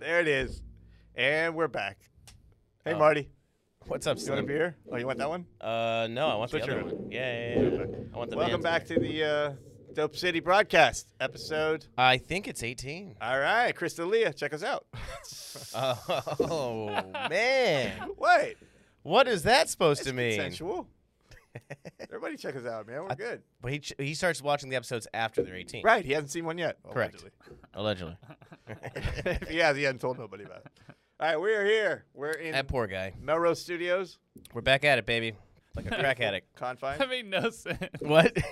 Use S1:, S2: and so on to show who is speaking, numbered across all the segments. S1: it is. And we're back. Hey,
S2: Oh.
S1: Marty.
S2: What's up,
S1: You want a
S2: Slim?
S1: beer? Oh, you want that one?
S2: Uh, no, I want
S1: Switch
S2: the
S1: it
S2: other
S1: up.
S2: one. Yeah, yeah, yeah. I want the
S1: Welcome
S2: man's
S1: back
S2: beer.
S1: to the uh, Dope City broadcast episode.
S2: I think it's 18.
S1: All right, Chris D'Elia, check us out.
S2: Oh man,
S1: Wait,
S2: what is that supposed
S1: it's
S2: to mean?
S1: consensual. Everybody, check us out, man. We're good.
S2: But he ch- he starts watching the episodes after they're 18.
S1: Right? He hasn't seen one yet.
S2: Correct.
S1: allegedly.
S2: Allegedly.
S1: if he has, he hasn't told nobody about it. All right, we are here. We're in
S2: that poor guy.
S1: Melrose Studios
S2: We're back at it, baby. Like a crack addict.
S1: confine.
S3: That made no sense.
S2: What?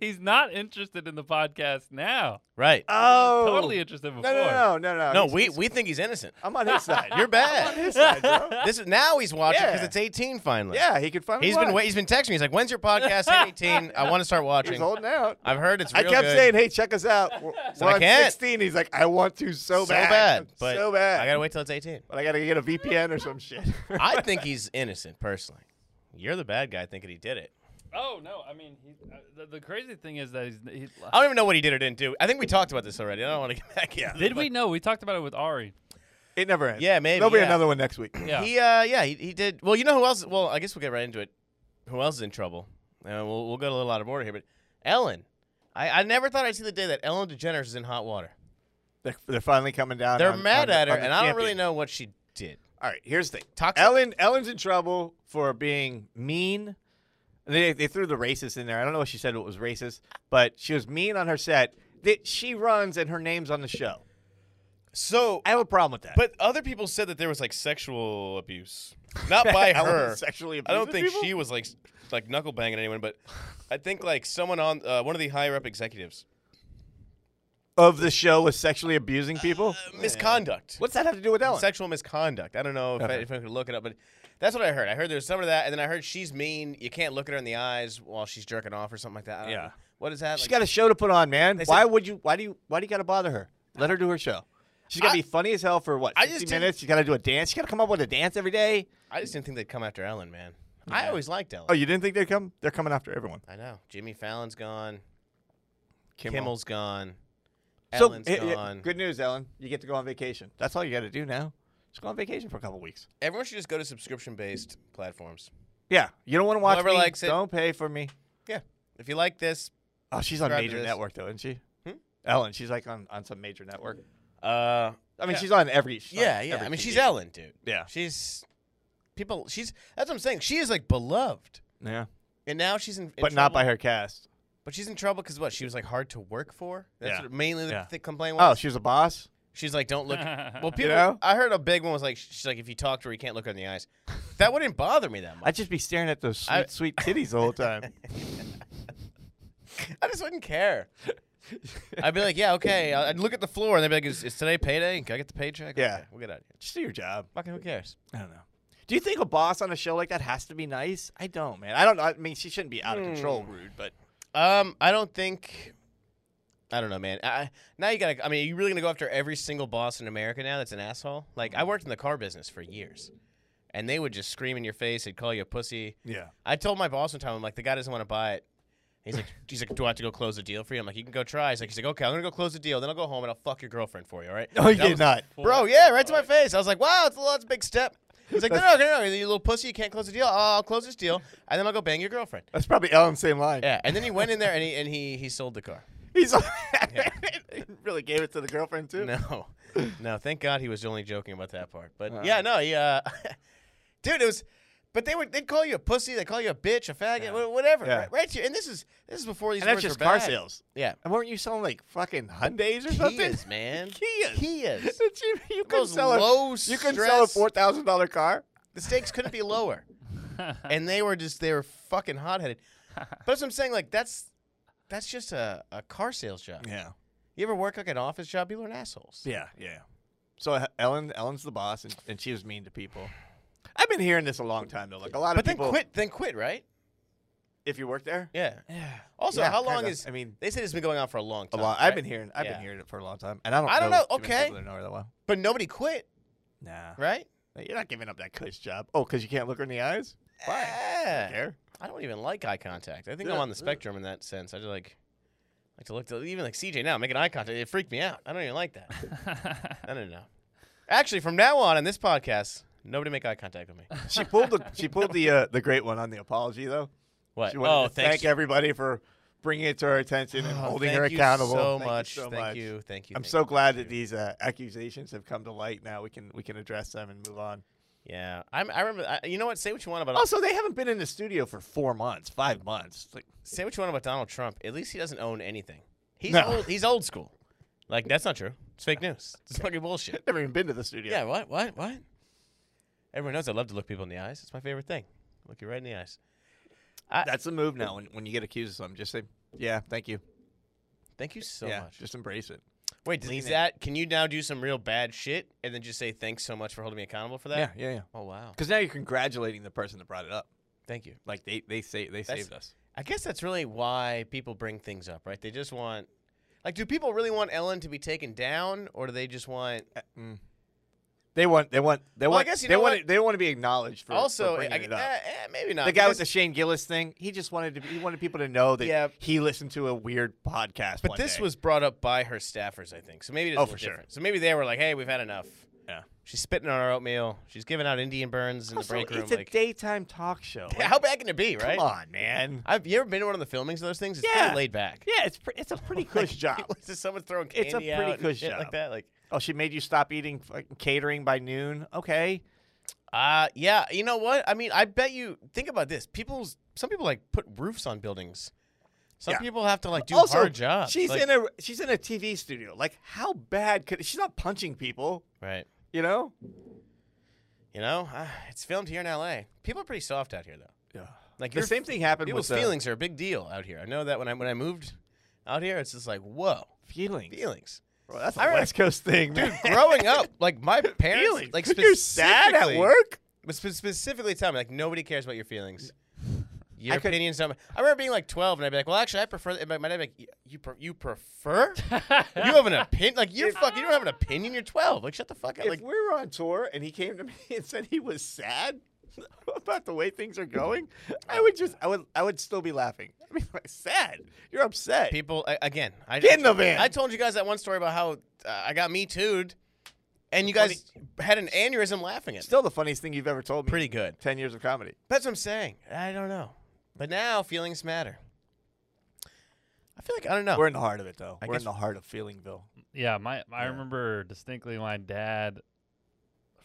S3: He's not interested in the podcast now.
S2: right.
S1: Oh,
S3: Totally interested before.
S1: No, no, no, no, no.
S2: no,
S1: He's-
S2: we we think he's innocent.
S1: I'm on his side.
S2: You're
S1: I'm on
S2: bad.
S1: his side, bro.
S2: This is now he's watching because
S1: Yeah.
S2: it's 18 finally.
S1: Yeah, he could finally.
S2: He's
S1: watch.
S2: been wait, he's been texting me. He's like, "When's your podcast? Hit 18. I want to start
S1: He's
S2: watching."
S1: holding out.
S2: I've heard it's
S1: I
S2: real
S1: kept
S2: good.
S1: saying, "Hey, check us out." We're,
S2: So
S1: we're
S2: I
S1: on
S2: can't.
S1: 16. He's like, "I want to so,
S2: so
S1: bad,
S2: bad, but
S1: so bad."
S2: I gotta wait till it's 18.
S1: but I gotta get a VPN or some shit.
S2: I think he's innocent personally. You're the bad guy thinking he did it.
S3: Oh no! I mean, he, uh, the, the crazy thing is that he's. uh, he's
S2: I don't even know what he did or didn't do. I think we talked about this already. I don't want to get back in.
S3: did we know? We talked about it with Ari.
S1: it never ends.
S2: Yeah, maybe,
S1: There'll be
S2: yeah.
S1: another one next week.
S3: Yeah.
S2: He, uh, yeah, he, he did. Well, you know who else? Well, I guess we'll get right into it. Who else is in trouble? Uh, we'll we'll go to a little out of order here, but Ellen. I, I never thought I'd see the day that Ellen DeGeneres is in hot water.
S1: They're, they're finally coming down.
S2: They're
S1: on- on
S2: mad
S1: the-
S2: at her,
S1: on the
S2: and I don't
S1: champion.
S2: really know what she did.
S1: All right, here's the thing.
S2: Toxic.
S1: Ellen Ellen's in trouble for being mean. They, they threw the racist in there. I don't know what she said what was racist, but she was mean on her set. That she runs and her name's on the show.
S2: So,
S1: I have a problem with that.
S2: but other people said that there was like sexual abuse, not by
S1: Ellen
S2: her.
S1: sexually
S2: I don't
S1: abuses
S2: think
S1: people?
S2: she was like s- like knuckle banging anyone, but I think like someone on uh, one of the higher up executives
S1: of the show was sexually abusing people.
S2: Um, misconduct.
S1: What's that have to do with Ellen?
S2: Sexual misconduct. I don't know if, I,
S1: Okay.
S2: if I could look it up, but that's what I heard. I heard there's some of that, and then I heard she's mean. You can't look at her in the eyes while she's jerking off or something like that. I don't
S1: Yeah.
S2: know. What is that?
S1: She's
S2: Like,
S1: got a show to put on, man.
S2: They
S1: Why
S2: said-
S1: would you? Why do you? Why do you got to bother her? Let her do her show. She's got to
S2: I-
S1: be funny as hell for what?
S2: I
S1: 60
S2: just didn't-
S1: minutes. She's got to do a dance. She got to come up with a dance every day.
S2: I just didn't think they'd come after Ellen, man. I always liked Ellen.
S1: Oh, you didn't think they'd come? They're coming after everyone.
S2: I know. Jimmy Fallon's gone.
S1: Kimmel.
S2: Kimmel's gone.
S1: So,
S2: Ellen's
S1: eh, eh,
S2: gone.
S1: good news, Ellen. You get to go on vacation. That's all you got to do now. Just go on vacation for a couple weeks.
S2: Everyone should just go to subscription based platforms.
S1: Yeah, you don't want to watch
S2: Whoever
S1: me.
S2: likes it.
S1: Don't pay for me.
S2: Yeah. If you like this,
S1: Oh, she's on
S2: Subscribe to
S1: major
S2: this.
S1: network though, isn't she?
S2: Hmm?
S1: Ellen, she's like on, on some major network.
S2: uh,
S1: I mean,
S2: Yeah.
S1: she's on every. she's on
S2: yeah, yeah.
S1: every
S2: I mean, she's
S1: TV.
S2: Ellen, dude.
S1: Yeah,
S2: She's people. She's that's what I'm saying. She is like beloved,
S1: yeah,
S2: and now she's in, in
S1: but not by
S2: trouble.
S1: her cast.
S2: But she's in trouble because what? She was like hard to work for. That's
S1: Yeah.
S2: what mainly the
S1: Yeah.
S2: th- complaint
S1: Oh,
S2: was.
S1: she was a boss.
S2: she's like, don't look. Well, people.
S1: know?
S2: I heard a big one was like, she's like, if you talk to her, you can't look her in the eyes. That wouldn't bother me that much.
S1: I'd just be staring at those sweet,
S2: I-
S1: sweet titties the whole time.
S2: I, just wouldn't care. I'd be like, yeah, okay. I- I'd look at the floor and they'd be like, is, is today payday? Can I get the paycheck?
S1: Yeah.
S2: Okay, we'll get out of here.
S1: just do your job.
S2: Fucking who cares?
S1: I don't know. Do you think a boss on a show like that has to be nice? I don't, man. I don't. I mean, she shouldn't be out of control,
S2: Hmm.
S1: rude, but
S2: Um, I don't think. I don't know, man. I, now you gotta. I mean, are you really gonna go after every single boss in America now that's an asshole? Like, I worked in the car business for years, and they would just scream in your face and call you a pussy.
S1: yeah.
S2: I told my boss one time, I'm like, the guy doesn't want to buy it. He's like, he's like, do I have to go close the deal for you? I'm like, you can go try. He's like, he's like, okay, I'm gonna go close the deal, then I'll go home and I'll fuck your girlfriend for you, all right?
S1: No, you
S2: And I
S1: did
S2: was-
S1: not.
S2: Bro, yeah, right to my face. I was like, wow, it's a, that's a big step. He's like, no, no, no, no, you little pussy, you can't close the deal. I'll I'll close this deal, and then I'll go bang your girlfriend.
S1: That's probably Ellen's same line.
S2: Yeah, and then he went in there and he and he he sold the car.
S1: He's really gave it to the girlfriend too.
S2: No, no, thank God he was only joking about that part. But yeah, no, yeah, dude, it was. But they would they'd call you a pussy, they would call you a bitch, a faggot, wh- whatever,
S1: Yeah.
S2: right, right here. And this is this is before these
S1: And that's
S2: words
S1: just
S2: were
S1: car
S2: bad.
S1: sales.
S2: Yeah,
S1: And weren't you selling like fucking Hyundais or something?
S2: Kias, man,
S1: Kias.
S2: Kias.
S1: you you couldn't
S2: Those
S1: sell
S2: low
S1: a you couldn't sell a
S2: stress-
S1: four thousand dollar car.
S2: The stakes couldn't be lower, and they were just they were fucking hot headed. But that's what I'm saying. Like that's that's just a, a car sales job.
S1: Yeah,
S2: You ever work like an office job? People are assholes.
S1: yeah, yeah. So uh, Ellen Ellen's the boss, and, and she was mean to people. I've been hearing this a long time though. Like a lot
S2: But
S1: of
S2: then
S1: people,
S2: quit. Then quit. Right.
S1: if you work there.
S2: Yeah. Also,
S1: Yeah,
S2: how long
S1: kinda.
S2: is?
S1: I mean,
S2: they said it's been going on for a long
S1: A
S2: time.
S1: lot. I've
S2: right?
S1: been hearing. I've
S2: Yeah.
S1: been hearing it for a long time, and I don't.
S2: I don't know.
S1: too many
S2: Okay.
S1: people that know her that well.
S2: but nobody quit,
S1: Nah.
S2: right?
S1: You're not giving up that cush job. Oh, because you can't look her in the eyes. Why?
S2: Yeah.
S1: Care.
S2: I don't even like eye contact. I think I'm
S1: Yeah,
S2: on the spectrum in that sense. I just like like to look to even like CJ now making eye contact. It freaked me out. I don't even like that. I don't know. Actually, from now on in this podcast, nobody make eye contact with me.
S1: She pulled the she pulled the uh, the great one on the apology though.
S2: What?
S1: She wanted
S2: Oh,
S1: to thank
S2: thanks.
S1: everybody for bringing it to her attention and
S2: Oh,
S1: holding
S2: thank
S1: her
S2: you
S1: accountable.
S2: So
S1: Thank you
S2: much.
S1: so
S2: thank
S1: much.
S2: you. Thank you.
S1: I'm
S2: thank
S1: so
S2: you,
S1: glad
S2: thank
S1: that
S2: you.
S1: these uh, accusations have come to light. Now we can we can address them and move on.
S2: Yeah, I'm, I remember. I, you know what? Say what you want about.
S1: Also, Oh, they haven't been in the studio for four months, five months. It's Like,
S2: Say what you want about Donald Trump. At least he doesn't own anything. He's
S1: No.
S2: old. He's old school. Like that's not true. It's fake news. It's fucking bullshit.
S1: never even been to the studio.
S2: Yeah. What? What? What? Everyone knows I love to look people in the eyes. It's my favorite thing. Look you right in the eyes.
S1: that's the move now. When when you get accused of something, just say, "Yeah, thank you."
S2: Thank you so
S1: yeah,
S2: much.
S1: just embrace it.
S2: Wait, does-
S1: lean
S2: is
S1: in.
S2: that? Can you now do some real bad shit and then just say thanks so much for holding me accountable for that?
S1: Yeah, yeah, yeah.
S2: Oh wow.
S1: Because now you're congratulating the person that brought it up.
S2: Thank you.
S1: Like they they say they
S2: That's-
S1: saved us.
S2: I guess that's really why people bring things up, right? They just want, like, do people really want Ellen to be taken down, or do they just want?
S1: They want they want they
S2: Well, I
S1: want
S2: guess you
S1: they
S2: know
S1: want
S2: what?
S1: it- they want to be acknowledged for
S2: also,
S1: for bringing
S2: I,
S1: it up.
S2: eh, eh, maybe not.
S1: the guy with the
S2: because-
S1: Shane Gillis thing, he just wanted to. He wanted people to know that
S2: Yeah.
S1: he listened to a weird podcast.
S2: but
S1: one
S2: this
S1: day.
S2: was brought up by her staffers, I think. So maybe it is
S1: Oh,
S2: a little
S1: for sure.
S2: different. So maybe they were like, "Hey, we've had enough."
S1: Yeah.
S2: She's spitting on our oatmeal. She's giving out Indian burns in
S1: Also,
S2: the break room.
S1: It's a
S2: Like,
S1: daytime talk show. Like,
S2: how bad can it be, right?
S1: Come on, man.
S2: I've you ever been to one of the filmings of those things? It's kind
S1: Yeah.
S2: of laid back.
S1: Yeah, it's pre- it's a pretty cush job.
S2: Is this someone throwing candy
S1: It's a
S2: out
S1: pretty
S2: and
S1: good
S2: shit like
S1: job.
S2: that? Like,
S1: Oh, she made you stop eating fucking catering by noon. Okay,
S2: Uh yeah, you know what? I mean, I bet you think about this. People's some people like put roofs on buildings. Some
S1: Yeah.
S2: people have to like do
S1: also,
S2: hard jobs.
S1: She's
S2: like-
S1: in a she's in a TV studio. Like, how bad could she's not punching people?
S2: right.
S1: You know?
S2: You know, Ah, it's filmed here in L.A. People are pretty soft out here though.
S1: Yeah.
S2: Like
S1: The
S2: your-
S1: same thing happened with uh,
S2: People's feelings are a big deal out here. I know that when I when I moved out here, it's just like whoa,
S1: Uh, feelings.
S2: feelings.
S1: Well, that's a
S2: I remember-
S1: West Coast thing, man.
S2: Growing up, like my parents,
S1: feelings.
S2: like
S1: you're sad at
S2: specifically-
S1: work.
S2: But spe- specifically tell me, like, nobody cares about your feelings. Your
S1: I could-
S2: opinions don't. ma- I remember being like 12, and I'd be like, "Well, actually, I prefer." And my my dad would be like, "You- "You pre- you prefer? you have an opinion? Like you're fucking. You don't have an opinion. You're 12. Like shut the fuck up.
S1: if
S2: like
S1: we were on tour and he came to me and said he was sad about the way things are going, I would just I would I would still be laughing. I mean, like, sad. You're upset.
S2: people a- again. I,
S1: Get in the van.
S2: I told you guys that one story about how uh, I got me too'd, and you guys had an aneurysm laughing at. me.
S1: Still the funniest thing you've ever told me.
S2: pretty good.
S1: Ten years of comedy.
S2: That's what I'm saying. I don't know, but now feelings matter. I feel like I don't know.
S1: We're in the heart of it though.
S2: I
S1: we're in
S2: guess-
S1: the heart of Feelingville.
S3: Yeah, my, I
S1: Yeah.
S3: remember distinctly my dad.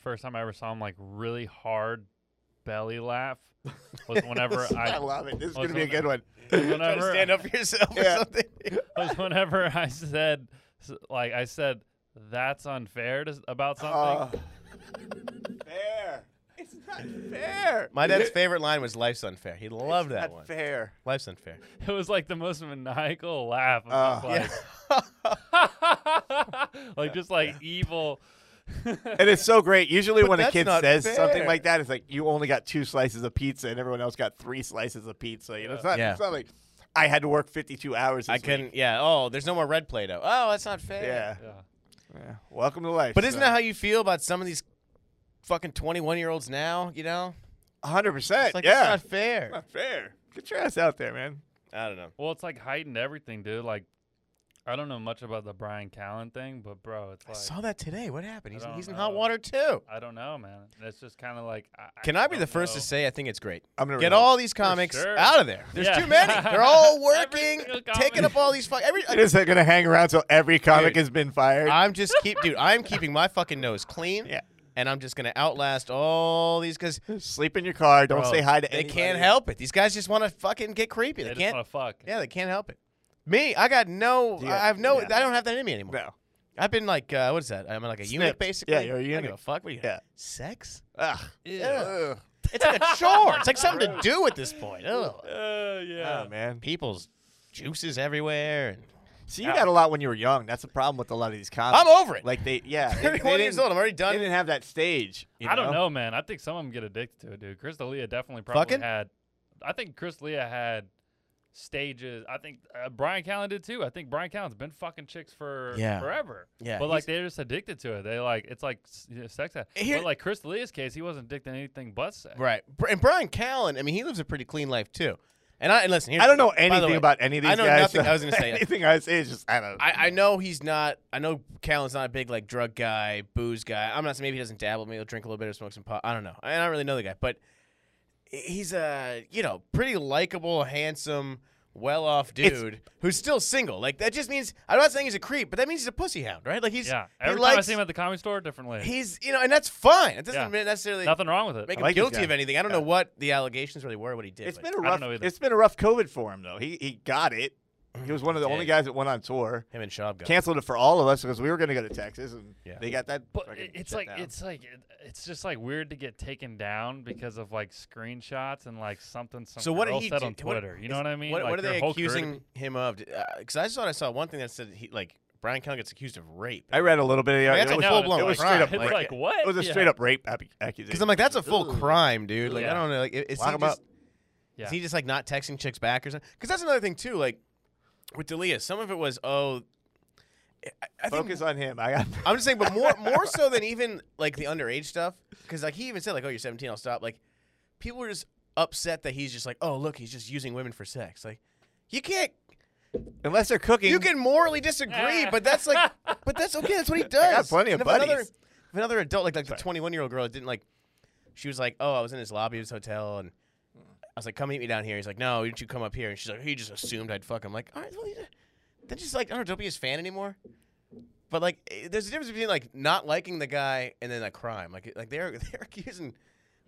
S3: First time I ever saw him like really hard belly laugh was whenever
S1: I
S3: I
S1: love it. This is
S2: Oh,
S3: Well,
S1: gonna be a
S3: it's
S1: good one.
S2: Try to
S3: whenever
S2: stand up for yourself
S1: Yeah.
S2: or something.
S3: was whenever I said s- like I said that's unfair to, s- about something.
S1: Uh, fair. It's not fair.
S2: My dad's favorite line was "Life's unfair." He loved that
S1: not
S2: one.
S1: fair.
S2: Life's unfair.
S3: it was like the most maniacal laugh.
S1: Uh,
S3: I'm just like, like just like evil.
S1: And it's so great. Usually,
S2: But
S1: when a
S2: that's
S1: kid
S2: not
S1: says something
S2: fair.
S1: like that, it's like you only got two slices of pizza, and everyone else got three slices of pizza. You know, it's not.
S2: Yeah.
S1: It's not like I had to work fifty-two hours. This
S2: I couldn't. Yeah. Oh, there's no more red Play-Doh. Oh, that's not
S1: week.
S2: fair.
S1: Yeah.
S3: Yeah.
S1: Yeah. Welcome to life.
S2: But isn't that how you feel about some of these fucking 21-year-olds now? You know,
S1: how? One hundred
S2: it's
S1: percent.
S2: like
S1: Yeah.
S2: it's not fair.
S1: Not fair. Get your ass out there, man.
S2: I don't know.
S3: Well, it's like heightened everything, dude. Like I don't know much about the Brian Callen thing, but bro, it's
S2: I
S3: like
S2: saw that today. What happened? He's,
S3: I don't
S2: he's in
S3: know.
S2: hot water too.
S3: I don't know, man. It's just kind of like. I,
S2: Can I be
S3: don't
S2: the first
S3: know.
S2: to say I think it's great?
S1: I'm gonna
S2: Get
S1: revolt.
S2: all these comics
S3: sure.
S2: out of there. There's
S3: Yeah.
S2: too many. They're all
S3: Every
S2: working,
S3: single
S2: taking
S3: comic.
S2: up all these fuck. Every
S1: It is going to hang around till every comic
S2: Dude.
S1: has been fired.
S2: I'm just keep, dude. I'm keeping my fucking nose clean.
S1: Yeah.
S2: And I'm just gonna outlast all these because
S1: Sleep in your car. Don't
S2: Bro,
S1: say hi to
S2: They
S1: anybody.
S2: can't help it. These guys just want to fucking get creepy.
S3: They,
S2: They,
S3: just
S2: can't.
S3: want to fuck.
S2: Yeah, they can't help it. Me, I got no.
S1: Yeah,
S2: I have no.
S1: yeah.
S2: I don't have that in me anymore.
S1: No.
S2: I've been like, uh, what is that? I'm like a unit
S1: Snipped.
S2: basically.
S1: Yeah, you're a
S2: I don't
S1: eunuch.
S2: give Fuck. What do you?
S1: Yeah.
S2: Sex?
S1: Ugh.
S3: Yeah.
S2: It's like a chore. It's like something to do at this point. Ugh.
S3: Uh, yeah.
S1: Oh, man.
S2: People's juices everywhere. And
S1: See, you got a lot when you were young. That's the problem with a lot of these comics.
S2: I'm over it. Like
S1: Like they, yeah. they- they
S2: 31 years
S1: didn't-
S2: old. I'm already
S1: They
S2: done.
S1: didn't have that stage. you
S3: I don't know, man. I think some of them get addicted to it, dude. Chris D'Elia definitely probably
S2: Fucking?
S3: had. I think Chris D'Elia had stages. I think uh, Brian Callen did too. I think Brian Callen's been fucking chicks for
S2: Yeah.
S3: forever.
S2: Yeah,
S3: but like they're just addicted to it. They like it's like s- you know, sex. Ad.
S2: Here-
S3: but like Chris D'Elia's case, he wasn't addicted to anything but sex.
S2: Right. Br- And Brian Callen. I mean, he lives a pretty clean life too. And I and listen, here's,
S1: I don't know
S2: by the
S1: anything
S2: way,
S1: about any of these
S2: I know
S1: guys.
S2: nothing-
S1: so
S2: I was gonna say-
S1: anything I say is just I don't.
S2: I, I know he's not. I know Callan's not a big like drug guy, booze guy. I'm not. saying Maybe he doesn't dabble. Maybe he'll drink a little bit or smoke some pot. I don't know. I don't really know the guy, but he's a you know pretty likable, handsome, well-off
S1: It's-
S2: dude who's still single. Like that just means I'm not saying he's a creep, but that means he's a pussy hound, right? Like he's
S3: Yeah.
S2: he
S3: Every time I
S2: likes-
S3: see him at the comedy store, different lady.
S2: he's you know, and that's fine. It doesn't
S3: Yeah.
S2: mean necessarily
S3: Nothing wrong with it.
S2: make
S1: I
S2: him
S1: like this
S2: guilty
S1: guy.
S2: of anything. I don't
S1: Yeah.
S2: know what the allegations really were, what he did.
S1: It's
S2: but-
S1: been a
S3: I don't
S1: rough.
S3: know either.
S1: It's been a rough COVID for him though. He he got it. He was one of the only
S2: Mm-hmm. did.
S1: guys that went on tour.
S2: him and Schaub got
S1: Canceled it for all of us because we were going to go to Texas, and
S2: Yeah.
S1: they got that.
S3: But
S1: fucking
S3: it- it's
S1: shut
S3: like
S1: down.
S3: it's like it, it's just like weird to get taken down because of like screenshots and like something some
S2: So what
S3: girl
S2: did he
S3: said
S2: do-
S3: on
S2: what-
S3: Twitter. you know
S2: is-
S3: what I mean?
S2: What,
S3: like
S2: what are
S3: their
S2: they
S3: whole career to
S2: accusing him of? Because I thought I saw one thing that said he like Brian Kelly gets accused of rape.
S1: I read a little bit of the.
S2: Like, that's
S1: it
S2: a
S1: was-
S3: No,
S2: full-blown
S1: It was
S2: crime.
S1: straight up.
S3: It's
S1: rape.
S3: like, what?
S1: It was a
S3: Yeah.
S1: straight up rape ap- accusation.
S2: Because I'm like, that's a full
S1: Ugh.
S2: crime, dude. Like I
S3: Yeah.
S2: don't know. Like, i- is
S1: Lock
S2: he
S1: him up.
S2: just
S3: Yeah.
S2: is he just like not texting chicks back or something? Because that's another thing too. Like with Dalia, some of it was oh, I, I think
S1: Focus on him. I got.
S2: I'm just saying, but more more so than even like the underage stuff, because like he even said like, "Oh, you're 17, I'll stop." Like, people were just upset that he's just like, "Oh, look, he's just using women for sex." Like, you can't,
S1: Unless they're cooking.
S2: you can morally disagree, but that's like, but that's okay. That's what he does.
S1: got plenty of
S2: And if Another,
S1: buddies.
S2: if another adult, like like the 21 year old girl, didn't like, she was like, "Oh, I was in his lobby of his hotel and." I was like, come meet me down here. He's like, no, why don't you come up here? And she's like, he just assumed I'd fuck him. like, all right, well, yeah. then just like, I don't know, don't be his fan anymore. But like, eh, there's a difference between like not liking the guy and then a crime. Like, like they're they're accusing,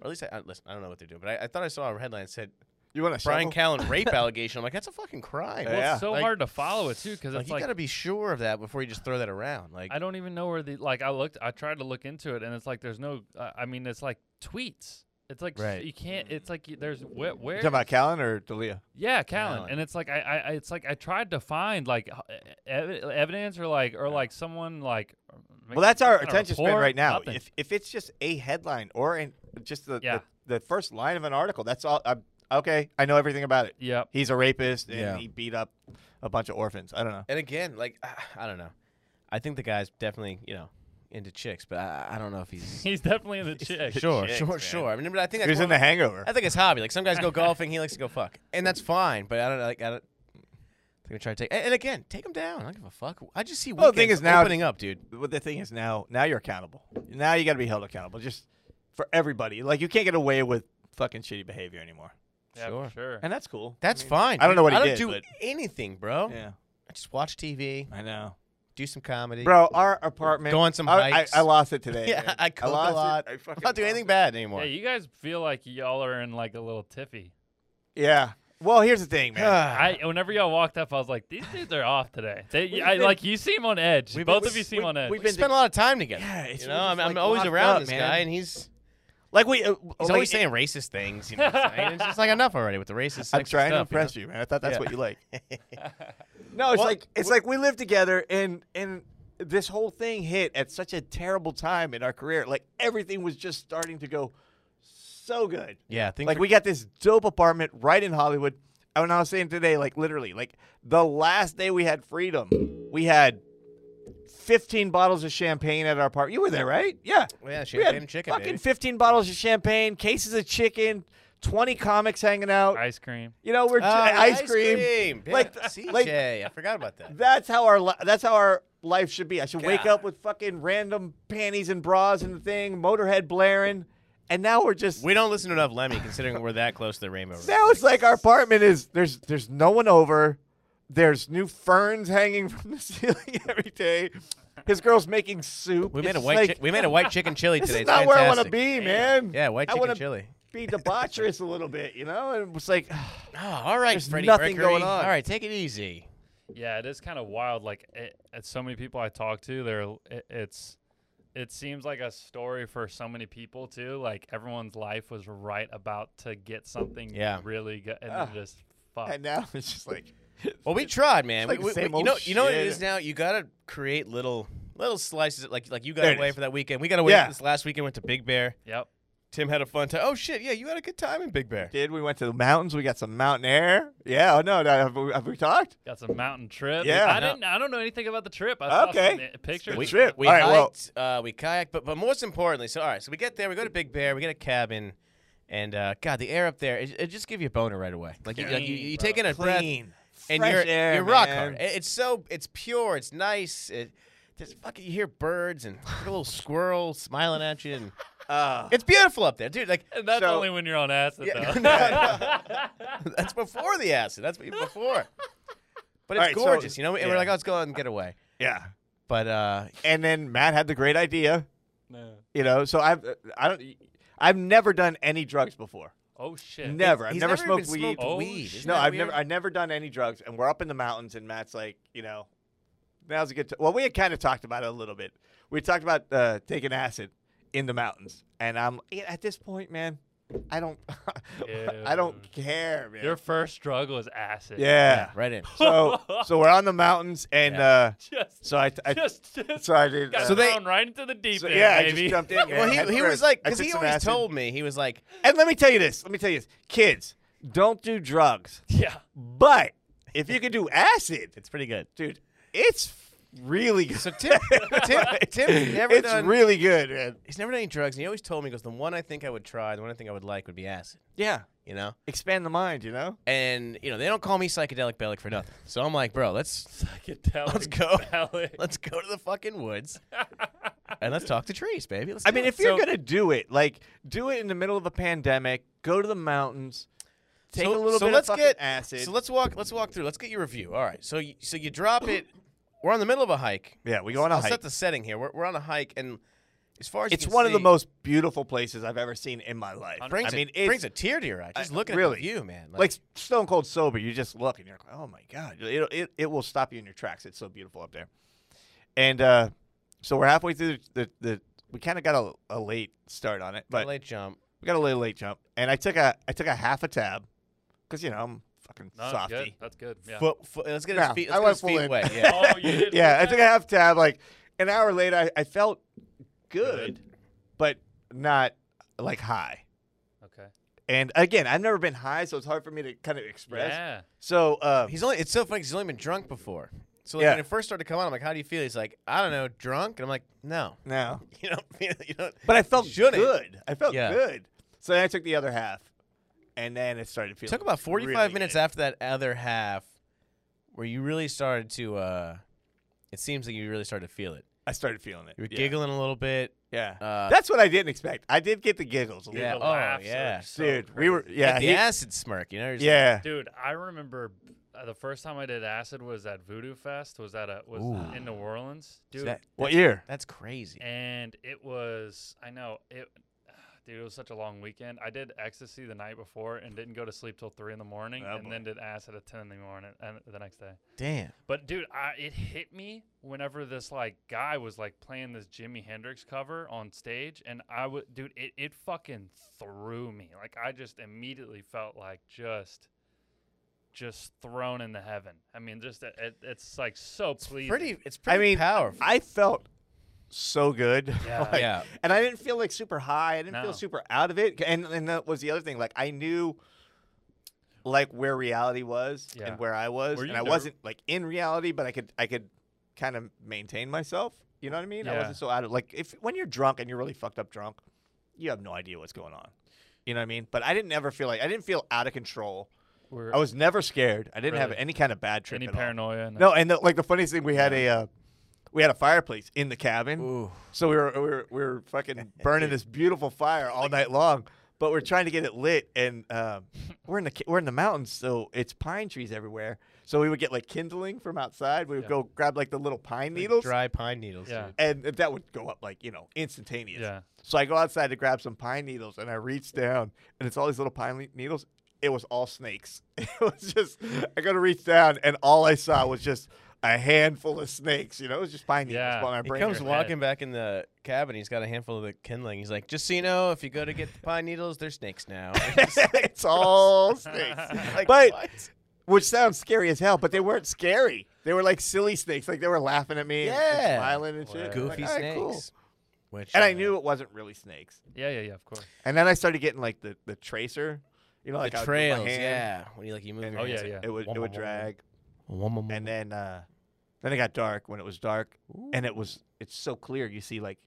S2: or at least I, I listen, I don't know what they're doing, but I, I thought I saw a headline that said
S1: You want to
S2: Brian Callen rape allegation. I'm like, that's a fucking crime.
S3: Well,
S1: Yeah.
S3: it's so
S2: Like-
S3: hard to follow it too because
S2: Like,
S3: it's
S2: you
S3: like
S2: gotta be sure of that before you just throw that around. Like,
S3: I don't even know where the like I looked. I tried to look into it, and it's like there's no. Uh, I mean, it's like tweets. It's like s-
S2: Right.
S3: you can't. It's like you, there's where. where
S1: You talking about Callan or Dalia?
S3: yeah, Callan.
S2: Callan.
S3: And it's like I, I, I- it's like I tried to find like h- ev- evidence or like or like someone like. uh,
S1: Well, that's our
S3: kinda
S1: attention span
S3: report,
S1: right now.
S3: nothing.
S1: If if it's just a headline or an, just the,
S3: Yeah.
S1: the the first line of an article, that's all. I'm, okay, I know everything about it.
S3: yep.
S1: He's a rapist and
S2: Yeah.
S1: he beat up a bunch of orphans. I don't know.
S2: and again, like, I don't know. I think the guy's definitely you know into chicks, but I, I don't know if he's
S3: He's definitely in the chick.
S2: sure,
S1: chicks,
S2: sure,
S1: man.
S2: sure. I mean, but I think
S1: He
S2: that's
S1: was
S2: one
S1: in The
S2: of
S1: Hangover.
S2: I think it's hobby. Like some guys go golfing, he likes to go fuck, and that's fine. But I don't know. Like I don't. I'm gonna try to take. And, and again, take him down. I don't give a fuck. I just see
S1: Well,
S2: weekends
S1: the thing is now-
S2: opening up, dude.
S1: But the thing is now, now you're accountable. Now you got to be held accountable just for everybody. Like you can't get away with fucking shitty behavior anymore,
S3: Yeah,
S2: Sure.
S3: for sure.
S1: and that's cool.
S2: That's
S1: I mean,
S2: fine.
S1: I don't know
S2: dude.
S1: what he
S2: I don't
S1: did,
S2: do
S1: but-
S2: anything, bro.
S1: Yeah,
S2: I just watch TV,
S1: I know,
S2: do some comedy,
S1: bro. Our apartment.
S2: go on some
S1: I, I,
S2: hikes.
S1: I lost it today.
S2: yeah,
S1: man.
S2: I cook a
S1: lost it.
S2: lot.
S1: I
S2: I
S1: fucking
S2: am not doing
S1: lost
S2: anything
S1: it.
S2: bad anymore.
S3: Yeah, you guys feel like y'all are in like a little tiffy.
S1: Yeah. Well, here's the thing, man.
S3: I whenever y'all walked up, I was like, these dudes are off today. They,
S1: We've
S3: I,
S1: been-
S3: like you seem on edge.
S2: we've been-
S3: Both of
S2: we-
S3: you seem
S1: we-
S3: on edge.
S1: we've
S2: we
S1: been
S2: spend a lot of time together.
S1: Yeah, it's
S2: you know,
S1: really
S2: I'm,
S1: just,
S2: I'm
S1: like,
S2: always
S1: locked
S2: around
S1: up,
S2: this
S1: man.
S2: guy, and he's
S1: Like we, uh,
S2: he's
S1: like-
S2: always saying racist things. You know, what I'm saying? it's just like enough already with the racist.
S1: I'm trying to
S2: sexist stuff, you know?
S1: impress you, man. I thought that's
S2: Yeah.
S1: what you like. no, it's
S2: Well,
S1: like it's like we live together, and and this whole thing hit at such a terrible time in our career. Like everything was just starting to go so good.
S2: Yeah, things
S1: Like
S2: are-
S1: we got this dope apartment right in Hollywood. And I was saying today, like literally, like the last day we had freedom, we had 15 bottles of champagne at our apartment. You were there, right? Yeah. We
S2: Well, yeah,
S1: had
S2: champagne and chicken.
S1: Fucking
S2: baby.
S1: 15 bottles of champagne, cases of chicken, 20 comics hanging out.
S3: Ice cream.
S1: you know, we're ch- Uh,
S2: Ah,
S1: ice, cream.
S2: Yeah,
S1: Like-
S2: CJ,
S1: like-
S2: I forgot about that.
S1: That's how our li- that's how our life should be. I should wake
S2: God.
S1: up with fucking random panties and bras and the thing, Motorhead blaring, and now we're just
S2: We don't listen to enough Lemmy, considering we're that close to the Rainbow. Road.
S1: now it's like our apartment is there's there's no one over. There's new ferns hanging from the ceiling every day. His girl's making soup.
S2: we made
S1: It's
S2: a
S1: just
S2: white
S1: like,
S2: chi- we made a white chicken chili
S1: This
S2: today.
S1: is
S2: It's
S1: not where I want to
S2: fantastic.
S1: be, man.
S2: Yeah, white
S1: I
S2: chicken
S1: wanna
S2: chili.
S1: Be debaucherous a little bit, you know. And it's like
S2: Oh, all right,
S1: There's
S2: Freddie
S1: nothing
S2: Mercury.
S1: going on.
S2: All right, take it easy.
S3: Yeah, it is kind of wild. Like, it, it's so many people I talk to, they're it, it's it seems like a story for so many people too. Like everyone's life was right about to get something
S2: Yeah.
S3: really good, and
S1: Ah.
S3: then just fuck.
S1: and now it's just like
S2: Well, we tried,
S1: It's
S2: man.
S1: like
S2: We-
S1: the
S2: we-
S1: same
S2: we- you
S1: old
S2: know, you know what it
S1: shit.
S2: is now. You gotta create little little slices. of- Like like you got
S1: There it
S2: away
S1: is.
S2: for that weekend. We got away
S1: Yeah.
S2: this last weekend. Went to Big Bear.
S3: Yep.
S2: Tim had a fun time. Oh shit, yeah, you had a good time in Big Bear.
S1: did. We went to the mountains. We got some mountain air. Yeah. Oh no. no have, we, have we talked?
S3: Got some mountain trip.
S1: Yeah.
S3: I
S2: No.
S3: didn't. I don't know anything about the trip. I saw
S1: Okay.
S3: some i- pictures.
S1: We-
S3: and
S1: trip.
S3: stuff.
S2: We
S1: All right, well-
S2: hiked, uh, we kayaked, but but most importantly, so all right, so we get there, we go to Big Bear, we get a cabin, And uh, God, the air up there, it, it just give you a boner right away. Like you, like you,
S1: Clean,
S2: you
S1: bro.
S2: take in a breath
S1: Clean.
S2: and
S1: Fresh
S2: you're
S1: air,
S2: you're rock
S1: man.
S2: hard. It- It's so it's pure. It's nice. It just fucking you hear birds and a little squirrel smiling at you, and
S1: Ah.
S2: it's beautiful up there, dude. Like
S3: And that's
S1: So-
S3: only when you're on acid,
S2: Yeah,
S3: though.
S2: that's before the acid. That's even before. But
S1: All
S2: it's
S1: right, so-
S2: gorgeous, you know. And
S1: yeah.
S2: we're like, oh, let's go out and get away.
S1: yeah.
S2: But uh,
S1: And then Matt had the great idea,
S3: No.
S1: you know. So I've I don't I've never done any drugs before.
S3: Oh shit.
S1: Never. I've
S2: he's
S1: never,
S2: never
S1: smoked
S2: even
S1: weed.
S2: smoked
S3: Oh,
S2: weed.
S3: shit.
S2: Isn't
S1: No,
S2: that
S1: I've
S2: weird?
S1: never I've never done any drugs, and we're up in the mountains, and Matt's like, you know, now's a good. T-. Well, we had kind of talked about it a little bit. We talked about uh, taking acid in the mountains, and I'm yeah, at this point, man, I don't, I don't care, man.
S3: Your first drug was acid.
S1: yeah.
S2: Right in.
S1: So so we're on the mountains, and
S2: Yeah.
S1: uh,
S3: Just.
S1: so I, I
S3: just. just
S1: so I did.
S3: got
S1: uh,
S2: So they-
S3: thrown right into the deep
S1: so-
S3: end,
S1: yeah, I just
S3: baby.
S1: jumped in. man,
S2: Well,
S1: head
S2: he, he was
S1: first.
S2: like,
S1: I
S2: because
S1: took
S2: he
S1: some
S2: always
S1: acid.
S2: told me, he was like,
S1: And let me tell you this. Let me tell you this, kids, don't do drugs.
S3: yeah.
S1: But if you can do acid,
S2: it's pretty good.
S1: dude, it's really good.
S2: So Tim, Tim, Tim's never
S1: it's
S2: done.
S1: really good, man.
S2: he's never done any drugs, and he always told me, he goes, the one I think I would try, the one I think I would like would be acid.
S1: Yeah,
S2: You know,
S1: expand the mind, you know.
S2: and you know they don't call me psychedelic bellic for nothing. So I'm like, bro, let's
S3: Psychedelic.
S2: Let's go.
S3: ballad.
S2: let's go to the fucking woods and let's talk to trees, baby. Let's
S1: I
S2: do
S1: mean,
S2: it.
S1: if you're
S2: So-
S1: gonna do it, like do it in the middle of a pandemic. Go to the mountains. Take
S2: so-
S1: a little
S2: so
S1: bit
S2: let's
S1: of fucking
S2: get,
S1: acid.
S2: So let's walk. Let's walk through. Let's get your review. All right. So you, so you drop it. We're on the middle of a hike.
S1: yeah, we go on a
S2: I'll
S1: hike.
S2: set the setting here. We're, we're on a hike, and as far as you
S1: It's
S2: can
S1: one of the
S2: see,
S1: most beautiful places I've ever seen in my life.
S3: Hundred-
S2: Brings
S1: I mean,
S2: a, brings
S1: it's
S2: a tear to your eye just
S1: I-
S2: looking
S1: really.
S2: at the view, man.
S1: like, stone cold sober. You just look and you're like, oh my god, it it, it will stop you in your tracks. It's so beautiful up there. And uh, so we're halfway through the the. the we kind of got a, a late start on it, but
S2: late jump.
S1: We got a little late jump, and I took a I took a half a tab, cause you know I'm fucking
S3: No, that's good.
S1: softy.
S3: That's good. Yeah.
S2: Foot, foot, let's get
S1: Yeah,
S2: his feet.
S1: I
S2: Let's
S1: went
S2: get his
S1: full
S2: feet
S1: in.
S2: wet. Yeah.
S3: Oh, you did.
S1: Yeah, I
S3: look
S1: took a
S3: at-
S1: half tab. Like an hour later, I, I felt good, but not like high.
S3: Okay.
S1: And again, I've never been high, so it's hard for me to kind of express.
S3: Yeah.
S1: So uh,
S2: he's only. It's so funny 'cause he's only been drunk before. So like,
S1: Yeah.
S2: when it first started to come on, I'm like, "How do you feel?" He's like, "I don't know, drunk." And I'm like, "No,
S1: no,
S2: you don't feel. You don't."
S1: but I felt
S2: Shouldn't.
S1: good. I felt
S2: Yeah.
S1: good. So then I took the other half, and then it started
S2: It
S1: feeling.
S2: took about 45
S1: really
S2: minutes
S1: good.
S2: after that other half where you really started to uh it seems like you really started to feel it
S1: I started feeling it.
S2: you were
S1: yeah.
S2: giggling a little bit
S1: Yeah,
S2: uh
S1: that's what I didn't expect. I did get the giggles a
S3: Dude,
S1: little.
S2: Yeah,
S3: the
S2: oh,
S3: laughs are
S2: yeah.
S3: so
S1: Dude, we were
S2: yeah
S1: yeah
S2: the
S1: he-
S2: acid smirk you know you're just like-
S1: yeah.
S3: Dude, I remember uh, the first time I did acid was at Voodoo Fest. Was at a was
S2: Ooh.
S3: in New Orleans, dude.
S2: that-
S1: What year?
S2: that's crazy
S3: and it was I know it, dude. It was such a long weekend. I did ecstasy the night before and didn't go to sleep till three in the morning,
S1: Oh,
S3: and then did acid at ten in the morning and the next day.
S2: damn
S3: But dude, I, it hit me whenever this like guy was like playing this Jimi Hendrix cover on stage, and I would, dude, it it fucking threw me. Like I just immediately felt like just, just thrown into heaven. I mean, just it, it- it's like so pleasing.
S2: pretty it's pretty
S1: mean,
S2: powerful
S1: I felt so good.
S3: Yeah.
S1: Like,
S2: Yeah.
S1: And I didn't feel like super high. I didn't
S3: No.
S1: feel super out of it. And and that was the other thing. Like I knew like where reality was
S3: Yeah.
S1: and where I was.
S3: Were
S1: And
S3: you
S1: I
S3: ner-
S1: wasn't like in reality, but I could I could kind of maintain myself. You know what I mean? I
S3: Yeah.
S1: wasn't so out of like if when you're drunk and you're really fucked up drunk, you have no idea what's going on. You know what I mean? But I didn't ever feel like I didn't feel out of control.
S3: Were
S1: I was never scared. I didn't have
S3: Really?
S1: any kind of bad trip.
S3: any
S1: at all.
S3: paranoia? and-
S1: No, and the, like the funniest thing, we had a uh, we had a fireplace in the cabin,
S2: Ooh.
S1: so we were we were, we were fucking burning this beautiful fire all night long. But we're trying to get it lit, and um, we're in the ca- we're in the mountains, so it's pine trees everywhere. So we would get like kindling from outside. We would
S3: Yeah.
S1: go grab like the little pine
S2: Like
S1: needles,
S2: dry pine needles
S3: Yeah.
S2: dude.
S1: and that would go up like you know instantaneous.
S3: Yeah.
S1: So I go outside to grab some pine needles, and I reach down, and it's all these little pine le- needles. It was all snakes. It was just I go to reach down, and all I saw was just a handful of snakes. You know, it was just pine needles.
S3: Yeah.
S1: but my
S2: he
S1: brain
S2: comes
S1: was-
S3: your head.
S2: walking back in the cabin. He's got a handful of the kindling. He's like, "Just so you know, if you go to get the pine needles, they're snakes now."
S1: it's all snakes.
S2: Like,
S1: But-
S2: what?
S1: which sounds scary as hell, but they weren't scary. They were like silly snakes, like they were laughing at me and- and,
S2: Yeah.
S1: smiling and shit.
S3: Wow.
S1: I'm like,
S2: goofy
S1: "All right,
S2: snakes.
S1: cool."
S2: Which,
S1: And I
S2: uh,
S1: knew it wasn't really snakes.
S3: Yeah, yeah, yeah. Of course.
S1: And then I started getting like the, the tracer, you know, like
S2: the
S1: I would move my
S2: trails,
S1: hand,
S2: yeah. When you like you move
S1: and
S2: your
S3: Oh, yeah,
S2: hands,
S3: yeah.
S1: It would
S2: Womp,
S1: it would
S2: womp, womp.
S1: drag,
S2: Wom- wom-
S1: and
S2: wom.
S1: then uh, then it got dark when it was dark, and it was it's so clear you see like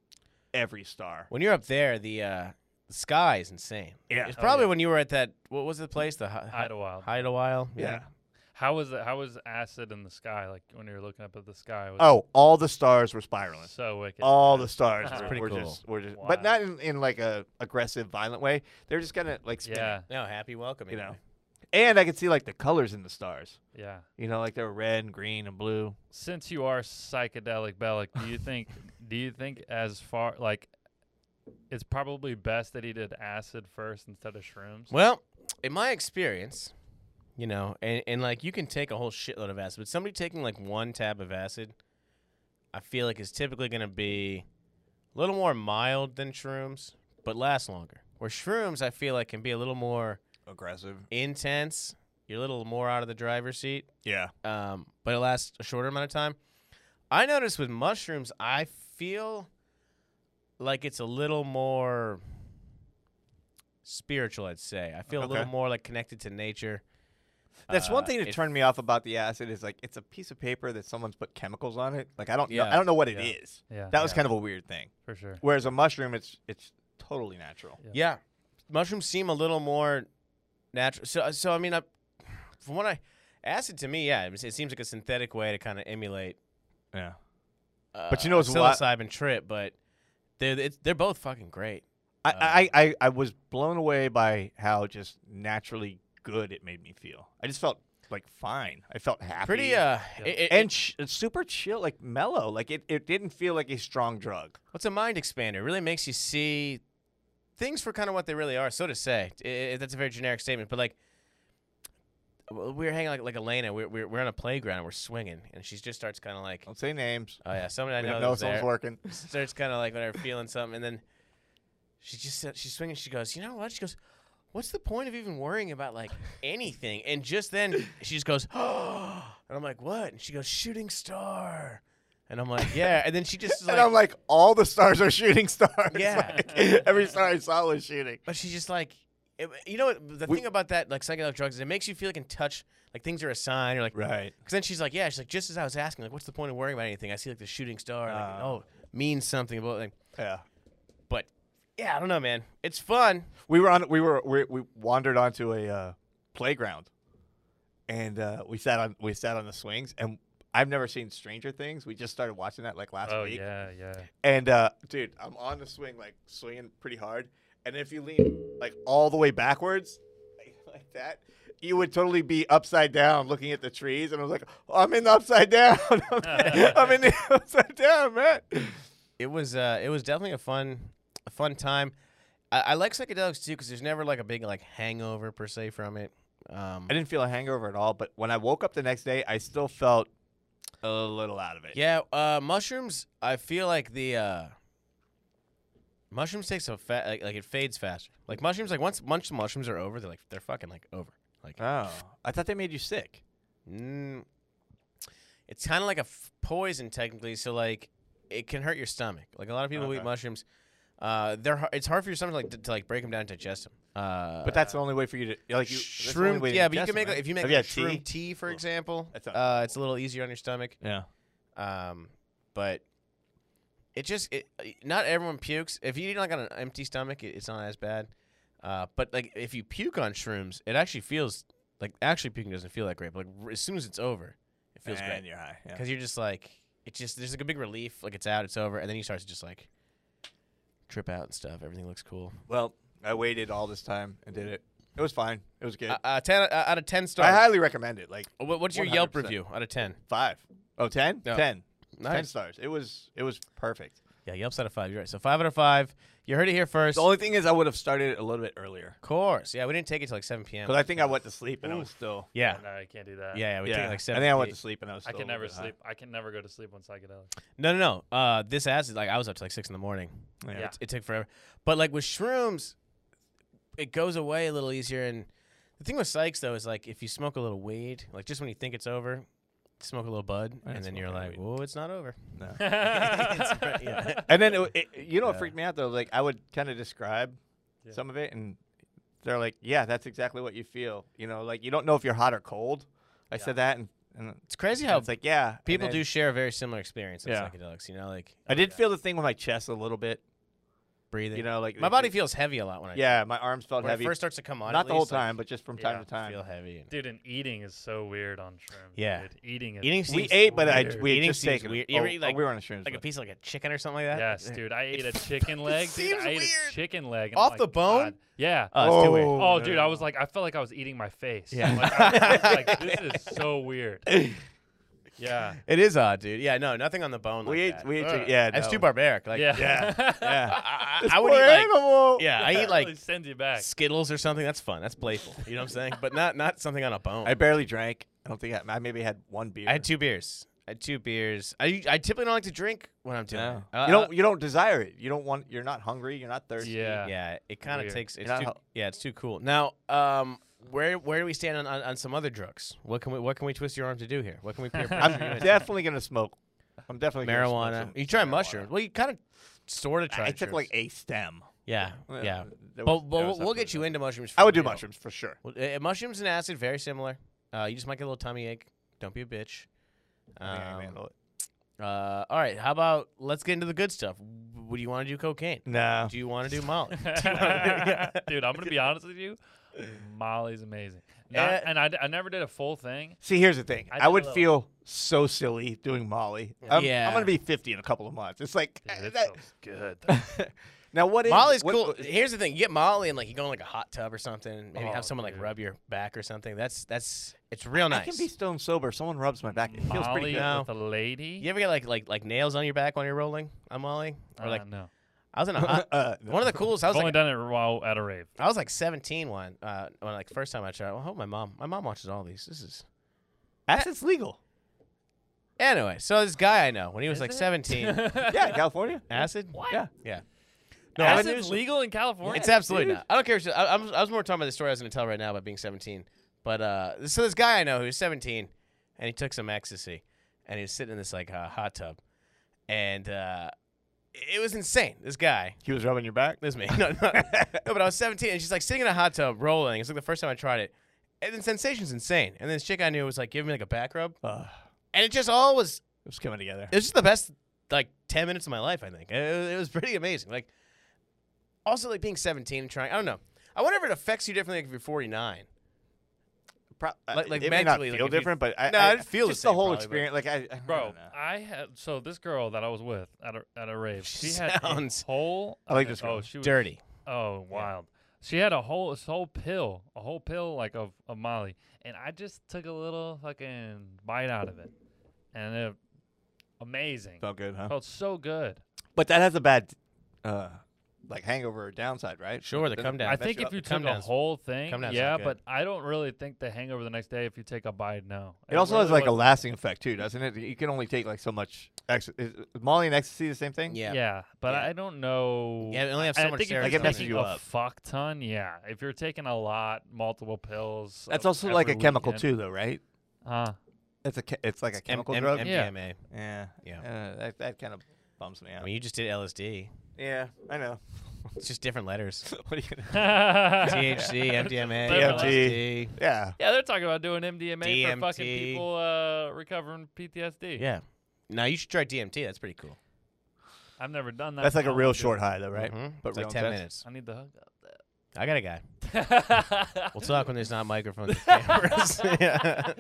S1: every star.
S2: when you're up there, the uh, The sky is insane.
S1: Yeah.
S2: It's
S1: Oh,
S2: probably
S3: yeah.
S2: when you were at that. What was the place? The hi-
S3: Idlewild.
S2: Hideawhile.
S1: Yeah.
S3: How was it? How was acid in the sky? Like when you're looking up at the sky, was
S1: Oh, all the stars were spiraling.
S3: so wicked.
S1: all
S3: man.
S1: the stars
S3: That's
S1: were,
S2: pretty
S1: were
S2: cool.
S1: just were just, but
S3: Wow.
S1: not in, in like a aggressive, violent way. They're just kind of like spinning,
S3: Yeah,
S2: No, happy welcome.
S1: you know.
S2: anyway.
S1: And I could see like the colors in the stars.
S3: yeah.
S1: You know, like they were red and green and blue.
S3: Since you are psychedelic bellic, do you think do you think as far like it's probably best that he did acid first instead of shrooms?
S2: Well, in my experience, you know, and, and like you can take a whole shitload of acid, but somebody taking like one tab of acid, I feel like is typically going to be a little more mild than shrooms, but lasts longer. Where shrooms, I feel like, can be a little more
S1: Aggressive.
S2: intense. You're a little more out of the driver's seat,
S1: Yeah.
S2: um, but it lasts a shorter amount of time. I noticed with mushrooms, I feel like it's a little more spiritual. I'd say I feel a little
S1: Okay.
S2: more like connected to nature.
S1: That's one
S2: Uh,
S1: thing that
S2: it-
S1: turned me off about the acid is like it's a piece of paper that someone's put chemicals on it. Like I don't know,
S2: Yeah,
S1: I don't know what it is.
S2: yeah.
S3: yeah, Uh,
S1: That was
S3: yeah,
S1: kind of a weird thing.
S3: for sure.
S1: Whereas a mushroom, it's it's totally natural.
S3: Yeah.
S2: Yeah, mushrooms seem a little more natural. So, so I mean, I, from what I acid to me, yeah, it, it seems like a synthetic way to kind of emulate.
S1: Yeah.
S2: Uh,
S1: But you know,
S2: a
S1: it's a lot-
S2: psilocybin trip, but they're it's, they're both fucking great.
S1: I, I, I, I was blown away by how just naturally good it made me feel. I just felt like fine. I felt happy.
S2: Pretty uh,
S3: Yeah.
S2: it- it-
S1: and ch- it's super chill, like mellow. Like it, it didn't feel like a strong drug.
S2: What's a mind expander? It really makes you see things for kind of what they really are, so to say. I- I- that's a very generic statement, but like w- we were hanging like like Elena, we're we're, we're on a playground, we're swinging, and she just starts kind of like,
S1: Don't say names.
S2: oh yeah, somebody I
S1: we
S2: know
S1: don't know if
S2: is there.
S1: someone's working.
S2: starts kind of like whatever, feeling something, and then she just said- she's swinging. She goes, you know what? She goes, what's the point of even worrying about like anything? And just then she just goes, oh, and I'm like, what? And she goes, shooting star, and I'm like, yeah, and then she just is
S1: and I'm
S2: like.
S1: like, all the stars are shooting stars.
S2: Yeah.
S1: Like, every star I saw was shooting.
S2: But she's just like, it- you know, what the
S1: We-
S2: thing about that, like psychedelic drugs, is it makes you feel like in touch, like things are a sign. You're like, because
S1: Right.
S2: then she's like, yeah, she's like, just as I was asking, like, what's the point of worrying about anything? I see like the shooting star, like,
S1: Ah.
S2: oh, means something about like,
S1: Yeah.
S2: but yeah, I don't know, man. It's fun.
S1: We were on. We were. We, we wandered onto a uh, playground, and uh, we sat on. We sat on the swings, and I've never seen Stranger Things. We just started watching that like last
S3: Oh
S1: week.
S3: yeah, yeah.
S1: And uh, dude, I'm on the swing, like swinging pretty hard. And if you lean like all the way backwards, like, like that, you would totally be upside down looking at the trees. And I was like, oh, I'm in the upside down. I'm in the upside down, man.
S2: It was, uh, it was definitely a fun, a fun time. I, I like psychedelics too because there's never like a big like hangover per se from it. Um,
S1: I didn't feel a hangover at all. But when I woke up the next day, I still felt a little out of it.
S2: Yeah, uh, mushrooms. I feel like the uh, mushrooms takes a fa- like, like it fades faster. Like mushrooms, like once once the mushrooms are over, they're like they're fucking like over. Like
S1: Oh, I thought they made you sick.
S2: mm, it's kind of like a f- poison technically. So like it can hurt your stomach. Like a lot of people who eat
S1: Okay.
S2: mushrooms. Uh, they're har- it's hard for your stomach like to, to like break them down and digest them. Uh,
S1: But that's the only way for you to like you. that's the only
S2: shroom.
S1: way to
S2: Yeah, but you
S1: ingest
S2: can
S1: them,
S2: make like,
S1: right?
S2: if you make
S1: Have you
S2: like,
S1: had
S2: shroom
S1: tea?
S2: tea, for example,
S1: That sounds
S2: uh, it's a little easier on your stomach.
S1: Yeah.
S2: Um, but it just it, not everyone pukes. If you eat like on an empty stomach, it, it's not as bad. Uh, but like if you puke on shrooms, it actually feels like actually puking doesn't feel that great. But like r- as soon as it's over, it feels
S1: and
S2: great
S1: you're high. Yeah.
S2: because you're just like it just there's like a big relief. Like it's out, it's over, and then you start to just like trip out and stuff. Everything looks cool.
S1: Well, I waited all this time and did it. It was fine. It was good.
S2: Uh, uh, ten uh, out of ten
S1: I
S2: stars.
S1: highly recommend it. Like
S2: What- what's your Yelp
S1: 100%.
S2: review out of ten?
S1: five. Oh, 10?
S2: No.
S1: 10. 10
S2: Nice.
S1: stars. It was it was perfect.
S2: Yeah, Yelp's out of five. You're right. So five out of five. You heard it here first.
S1: The only thing is I would have started it a little bit earlier.
S2: of course. Yeah, we didn't take it till like seven p.m.
S1: Because I think I went to sleep and I was still
S2: Yeah.
S3: No, I can't do that.
S2: Yeah, yeah, we
S1: yeah.
S2: take like
S1: I
S2: seven.
S1: think I
S2: eight-
S1: went to sleep and I was
S3: I
S1: still
S3: can
S1: a little
S3: never
S1: bit high.
S3: sleep. I can never go to sleep on psychedelics.
S2: No, no, no. Uh, this acid, like I was up to like six in the morning.
S1: Yeah.
S3: Yeah.
S2: It, it took forever. But like with shrooms, it goes away a little easier. And the thing with psychs though is like if you smoke a little weed, like just when you think it's over, smoke a little bud, and
S1: didn't
S2: then
S1: smoke
S2: you're
S1: any
S2: like,
S1: weed.
S2: whoa, it's not over.
S1: No.
S2: It's pretty- yeah.
S1: And then it, it- you know what
S2: Yeah.
S1: freaked me out though? Like I would kind of describe
S3: Yeah.
S1: some of it and they're like, Yeah, that's exactly what you feel. You know, like you don't know if you're hot or cold. I
S3: Yeah.
S1: said that and, and
S2: It's crazy
S1: and
S2: how
S1: it's like, yeah. and
S2: people
S1: then-
S2: do share a very similar experience in
S1: Yeah.
S2: psychedelics. You know, like
S1: I did feel the thing with my chest a little bit.
S2: breathing.
S1: You know, like
S2: my body feels heavy a lot when I
S1: Yeah, my arms felt
S2: when it
S1: heavy.
S2: first starts to come on.
S1: Not
S2: at
S1: the whole
S2: least, like,
S1: time, but just from time
S3: Yeah,
S1: to time.
S2: Feel heavy. and-
S3: Dude, and eating is so weird on shrooms.
S2: Yeah.
S3: dude. eating is
S2: Eating
S1: we
S2: seems
S1: ate, but I
S3: weird.
S1: we had
S2: Eating
S1: just
S2: seems
S1: taken.
S2: weird.
S1: Oh,
S2: You ever eat,
S1: oh,
S2: like-
S1: we were on a shrooms.
S2: like a
S1: with-
S2: piece of like a chicken or something like that.
S3: Yes, dude. I ate a chicken leg. dude.
S2: seems
S3: I ate
S2: weird.
S3: a chicken leg. and
S2: Off
S3: I'm
S2: the
S3: like,
S2: bone?
S3: God. Yeah.
S2: Oh, it's too weird.
S1: Oh,
S3: Oh,
S1: no,
S3: dude,
S1: no,
S3: I
S1: no.
S3: was like, I felt like I was eating my face.
S2: Yeah.
S3: Like, I was like, this is so weird. Yeah.
S2: It is odd, dude. Yeah, no, nothing on the bone.
S1: We
S2: like
S1: ate.
S2: that.
S1: We ate.
S3: Ugh.
S1: chicken- Yeah,
S2: That's
S1: no.
S2: too barbaric. Like,
S3: yeah.
S1: Yeah.
S2: I,
S1: Yeah.
S2: I-
S1: This
S2: I would
S1: poor
S2: eat like,
S1: animal.
S2: yeah, I
S3: That
S2: eat like
S3: really sends you back.
S2: Skittles or something. That's fun. That's playful. You know what I'm saying? But not not something on a bone.
S1: I barely drank. I don't think I, I maybe had one beer.
S2: I had two beers. I had two beers. I I typically don't like to drink when I'm doing.
S1: No.
S2: it. Uh,
S1: you don't. You don't desire it. You don't want. You're not hungry. You're not thirsty.
S3: Yeah.
S2: Uh, Yeah, it kind of
S3: Weird.
S2: takes. It's
S1: Not
S2: too,
S1: hel-
S2: yeah, it's too cool. Now, um, where where do we stand on, on, on some other drugs? What can we what can we twist your arm to do here? What can we peer pressure
S1: I'm
S2: you into?
S1: definitely gonna smoke. I'm definitely gonna smoke
S2: marijuana?
S1: some
S2: You try
S1: marijuana.
S2: mushrooms? Well, you kind of sort of
S1: I,
S2: try.
S1: I took like a stem.
S2: yeah,
S1: Uh,
S2: yeah.
S1: there was- there
S2: But, but we'll,
S1: was
S2: we'll
S1: something
S2: get you
S1: that-
S2: into mushrooms. for
S1: I would do
S2: real.
S1: mushrooms for sure.
S2: Well, uh, uh, mushrooms and acid very similar. Uh, you just might get a little tummy ache. Don't be a bitch.
S1: I think I can
S2: Um,
S1: handle it.
S2: uh, all right, how about let's get into the good stuff. Would you want to do cocaine?
S1: No.
S2: Do you want to do Molly?
S3: Dude, I'm gonna be honest with you. Molly's amazing. Not-
S1: Eh.
S2: Yeah.
S3: and I, I never did a full thing.
S1: See, here's the thing.
S3: I
S1: I,
S3: did a
S1: would
S3: little-
S1: feel so silly doing Molly. I'm,
S2: Yeah.
S1: I'm gonna be 50 in a couple of months. It's like
S3: Dude,
S1: eh,
S3: it
S1: that-
S3: sounds good.
S1: now what is
S2: Molly's
S1: what-
S2: cool.
S1: what-
S2: Here's the thing: you get Molly and like you go in like a hot tub or something. Maybe
S3: Oh,
S2: have someone like
S3: dude.
S2: rub your back or something. That's that's it's real
S1: I
S2: nice.
S1: can be stone sober. Someone rubs my back. It feels pretty
S3: Molly
S1: good.
S2: No.
S3: with a lady.
S2: you ever get like like like nails on your back when you're rolling on Molly? Or like
S3: uh, no.
S2: I was in a hot,
S1: Uh, no.
S2: one of the coolest. I
S3: I've
S2: was
S3: only
S2: like
S3: done it while at a rave.
S2: I was like 17 one uh, when like first time I tried. Well, I hope my mom my mom watches all these. This is
S1: Acid's legal.
S2: anyway. So this guy I know when he was
S3: Is
S2: like
S3: it?
S2: 17,
S1: Yeah, California.
S2: acid.
S1: Yeah.
S2: Yeah.
S1: No, I
S3: Acid's
S1: knew-
S3: legal in California.
S2: It's absolutely
S1: dude.
S2: not. I don't care. If she, I, I, was, I was more talking about the story I was going to tell right now about being 17. But uh, so this guy I know who's 17, and he took some ecstasy, and he was sitting in this like uh, hot tub, and uh, it was insane. This guy,
S1: He was rubbing your back.
S2: this me, no, no, no, but I was 17, and she's like sitting in a hot tub rolling. It's like the first time I tried it, and the sensation's insane. And then this chick I knew was like giving me like a back rub,
S1: Uh,
S2: and it just all was
S1: it was coming together.
S2: it was just the best like 10 minutes of my life i think it, was- it was pretty amazing like also like being 17 and trying i don't know i wonder if it affects you differently like if you're 49
S1: Pro- uh,
S2: Like- like
S1: it may not
S2: mentally, like,
S1: feel
S2: if you-
S1: different, but I,
S2: No,
S1: I
S2: I didn't feel the
S1: just
S2: same
S1: the whole
S2: probably,
S1: experience.
S2: but-
S1: Like I, I don't
S3: Bro,
S1: know.
S3: I had so this girl that I was with at a at a rave.
S2: She
S3: She had a
S2: sounds-
S3: whole.
S1: I like
S3: of-
S1: this girl.
S3: Oh, she was
S2: dirty
S3: Oh, wild. She had a whole this whole pill, a whole pill like of, of Molly, and I just took a little fucking bite out of it, and it amazing.
S1: felt good, huh?
S3: Felt so good.
S1: But that has a bad, uh, like hangover or downside, right?
S2: Sure, the
S1: Doesn't-
S2: come down. Yeah,
S3: I
S2: mess
S3: think
S2: you
S3: if
S2: up.
S3: you
S2: The come
S3: took a
S2: down's-
S3: whole thing,
S2: come down's not
S3: yeah,
S2: good.
S3: but I don't really think the hangover the next day if you take a bite, no.
S1: It also has
S3: really
S1: like a
S3: was-
S1: lasting effect too, doesn't it? You can only take like so much. Ex- is is Molly and ecstasy the same thing?
S2: yeah
S3: yeah, but
S2: Yeah.
S3: I don't know.
S2: yeah we only have
S3: I
S2: so much
S3: think if
S1: I
S3: you're
S1: Like, it
S2: serotonin.
S1: messes
S3: taking
S1: you
S3: a
S1: up.
S3: fuck ton, yeah. If you're taking a lot, multiple pills,
S1: That's
S3: uh,
S1: also like a
S3: every
S1: chemical
S3: weekend-
S1: too, though, right?
S3: Huh.
S1: It's a che- it's like a
S2: M-
S1: chemical
S2: M-
S1: drug.
S3: M-
S2: MDMA.
S1: yeah,
S2: Yeah.
S1: Uh, that that kind of bums me
S2: I
S1: out.
S2: mean, you just did LSD.
S1: yeah, I know.
S2: It's just different letters.
S1: what are you gonna?
S2: THC, MDMA,
S3: Different
S2: LSD.
S1: Yeah,
S3: Yeah, they're talking about doing MDMA for fucking
S2: DMT.
S3: people uh, recovering PTSD.
S2: Yeah. Now you should try DMT. That's pretty cool.
S3: I've never done that.
S1: that's like
S3: I
S1: a
S3: wanna
S1: real
S3: do
S1: short
S3: it.
S1: high though, right?
S2: Mhm.
S1: But
S2: it's like
S1: real
S2: 10
S1: intense.
S2: minutes.
S3: I need the hook up.
S2: I got a guy. We'll
S3: That.
S2: talk when there's not microphones and cameras. Yeah.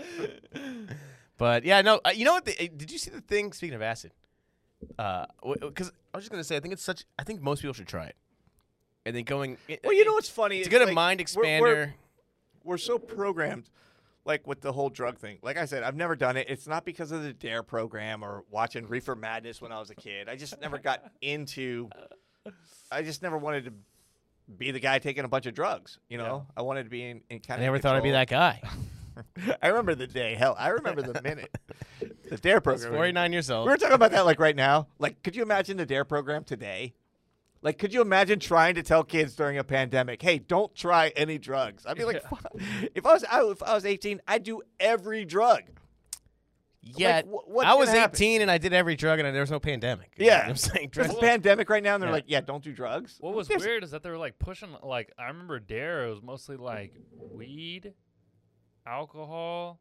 S2: But yeah, no, uh, you know what? The, uh, did you see the thing? Speaking of acid, uh, because I was just gonna say, I think it's such. I think most people should try it. And then going, it-
S1: Well, you
S2: it-
S1: know what's funny?
S2: it's a
S1: is,
S2: good
S1: like,
S2: mind
S1: we're-
S2: expander.
S1: we're- we're so programmed like with the whole drug thing like i said i've never done it it's not because of the dare program or watching reefer madness when i was a kid i just never got into i just never wanted to be the guy taking a bunch of drugs you know i wanted to be in, in
S2: I
S1: kind
S2: never
S1: of
S2: thought I'd be that guy.
S1: that i remember the day hell i remember the minute the dare
S2: I was
S1: program
S2: 49 years
S1: we
S2: old.
S1: were talking about that like right now like could you imagine the dare program today like, could you imagine trying to tell kids during a pandemic, "Hey, don't try any drugs"? I'd be like,
S3: Yeah.
S1: "Fuck." if I was I, if I was 18, I'd do every drug.
S2: yeah,
S1: like, wh- what's
S2: I was
S1: gonna happen?
S2: 18 and I did every drug and I, there was no pandemic. You know
S1: Yeah.
S2: what I'm saying
S1: There's a
S2: Drugs-
S1: pandemic right now, and they're
S2: Yeah.
S1: like, "Yeah, don't do drugs."
S3: what was
S1: There's-
S3: weird is that they were like pushing like I remember Dare it was mostly like weed, alcohol,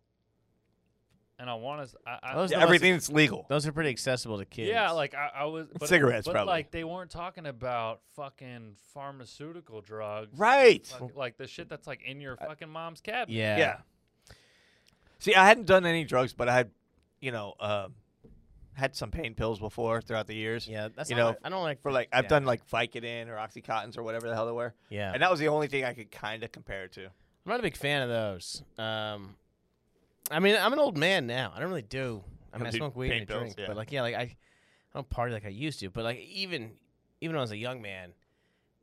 S3: and I want to. I, I,
S2: Those
S1: Yeah,
S2: the ones-
S1: everything that's legal.
S2: Those are pretty accessible to kids.
S3: Yeah, like I, I was but,
S1: Cigarettes,
S3: but
S1: probably.
S3: like they weren't talking about fucking pharmaceutical drugs,
S1: Right.
S3: Fuck- like the shit that's like in your fucking mom's cabinet.
S2: yeah,
S1: Yeah. See, I hadn't done any drugs, but I had, you know, um, had some pain pills before throughout the years.
S2: yeah. That's
S1: You
S2: not
S1: know,
S2: like- I don't like.
S1: For like, I've
S2: Yeah.
S1: done like Vicodin or OxyContin's or whatever the hell they were,
S2: Yeah,
S1: and that was the only thing I could kind of compare it to.
S2: I'm not a big fan of those. Um, I mean, I'm an old man now. I don't really do. I
S1: You
S2: mean, I
S1: don't do
S2: smoke weed
S1: pain
S2: and I
S1: pills,
S2: drink,
S1: yeah.
S2: but like, yeah, like I, I don't party like I used to. But like, even even when I was a young man,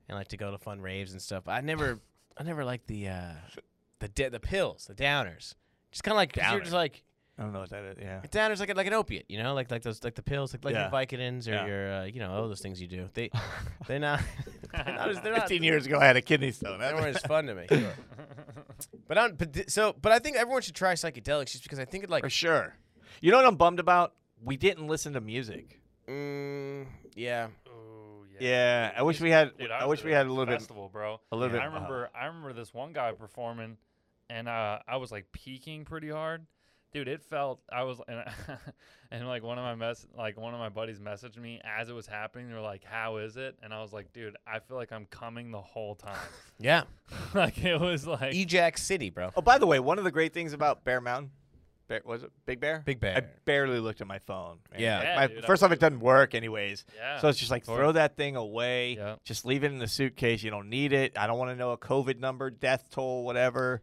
S2: and like to go to fun raves and stuff, I never, I never liked the uh, the de- the pills, the downers. Just kind of like 'cause you're
S1: Downers.
S2: just like
S1: I don't know what that is. Yeah.
S2: a downer's like a, like an opiate, you know, like like those like the pills, like, like
S1: Yeah.
S2: your Vicodins or
S1: Yeah.
S2: your uh, you know all those things you do. They they're not they're not as, they're not
S1: 15 years ago, I had a kidney stone.
S2: they weren't as fun to me. sure. But I don't, but th- so but I think everyone should try psychedelics just because I think it like
S1: For sure. You know what I'm bummed about? We didn't listen to music.
S2: mm, yeah
S3: Ooh, yeah.
S1: Yeah, I wish we had.
S3: Dude,
S1: I,
S3: was
S1: wish
S3: at
S1: we had a little bit.
S3: festival, bro.
S1: A little
S3: And I
S1: bit, uh,
S3: remember, I remember this one guy performing, and uh, I was like peaking pretty hard, dude. It felt I was, and, and like one of my mess, like one of my buddies messaged me as it was happening. They were like, "How is it?" And I was like, "Dude, I feel like I'm coming the whole time."
S2: yeah
S3: like it was like,
S2: Ejac City, bro.
S1: Oh, by the way, one of the great things about Bear Mountain, Bear, was it Big Bear?
S2: Big Bear.
S1: I barely looked at my phone. man.
S2: Yeah.
S1: Like,
S3: Yeah,
S1: my,
S3: dude, I
S1: first off, it doesn't work anyways.
S3: yeah.
S1: So it's just like
S3: Totally.
S1: throw that thing away.
S3: Yeah.
S1: Just leave it in the suitcase. You don't need it. I don't want to know a COVID number, death toll, whatever.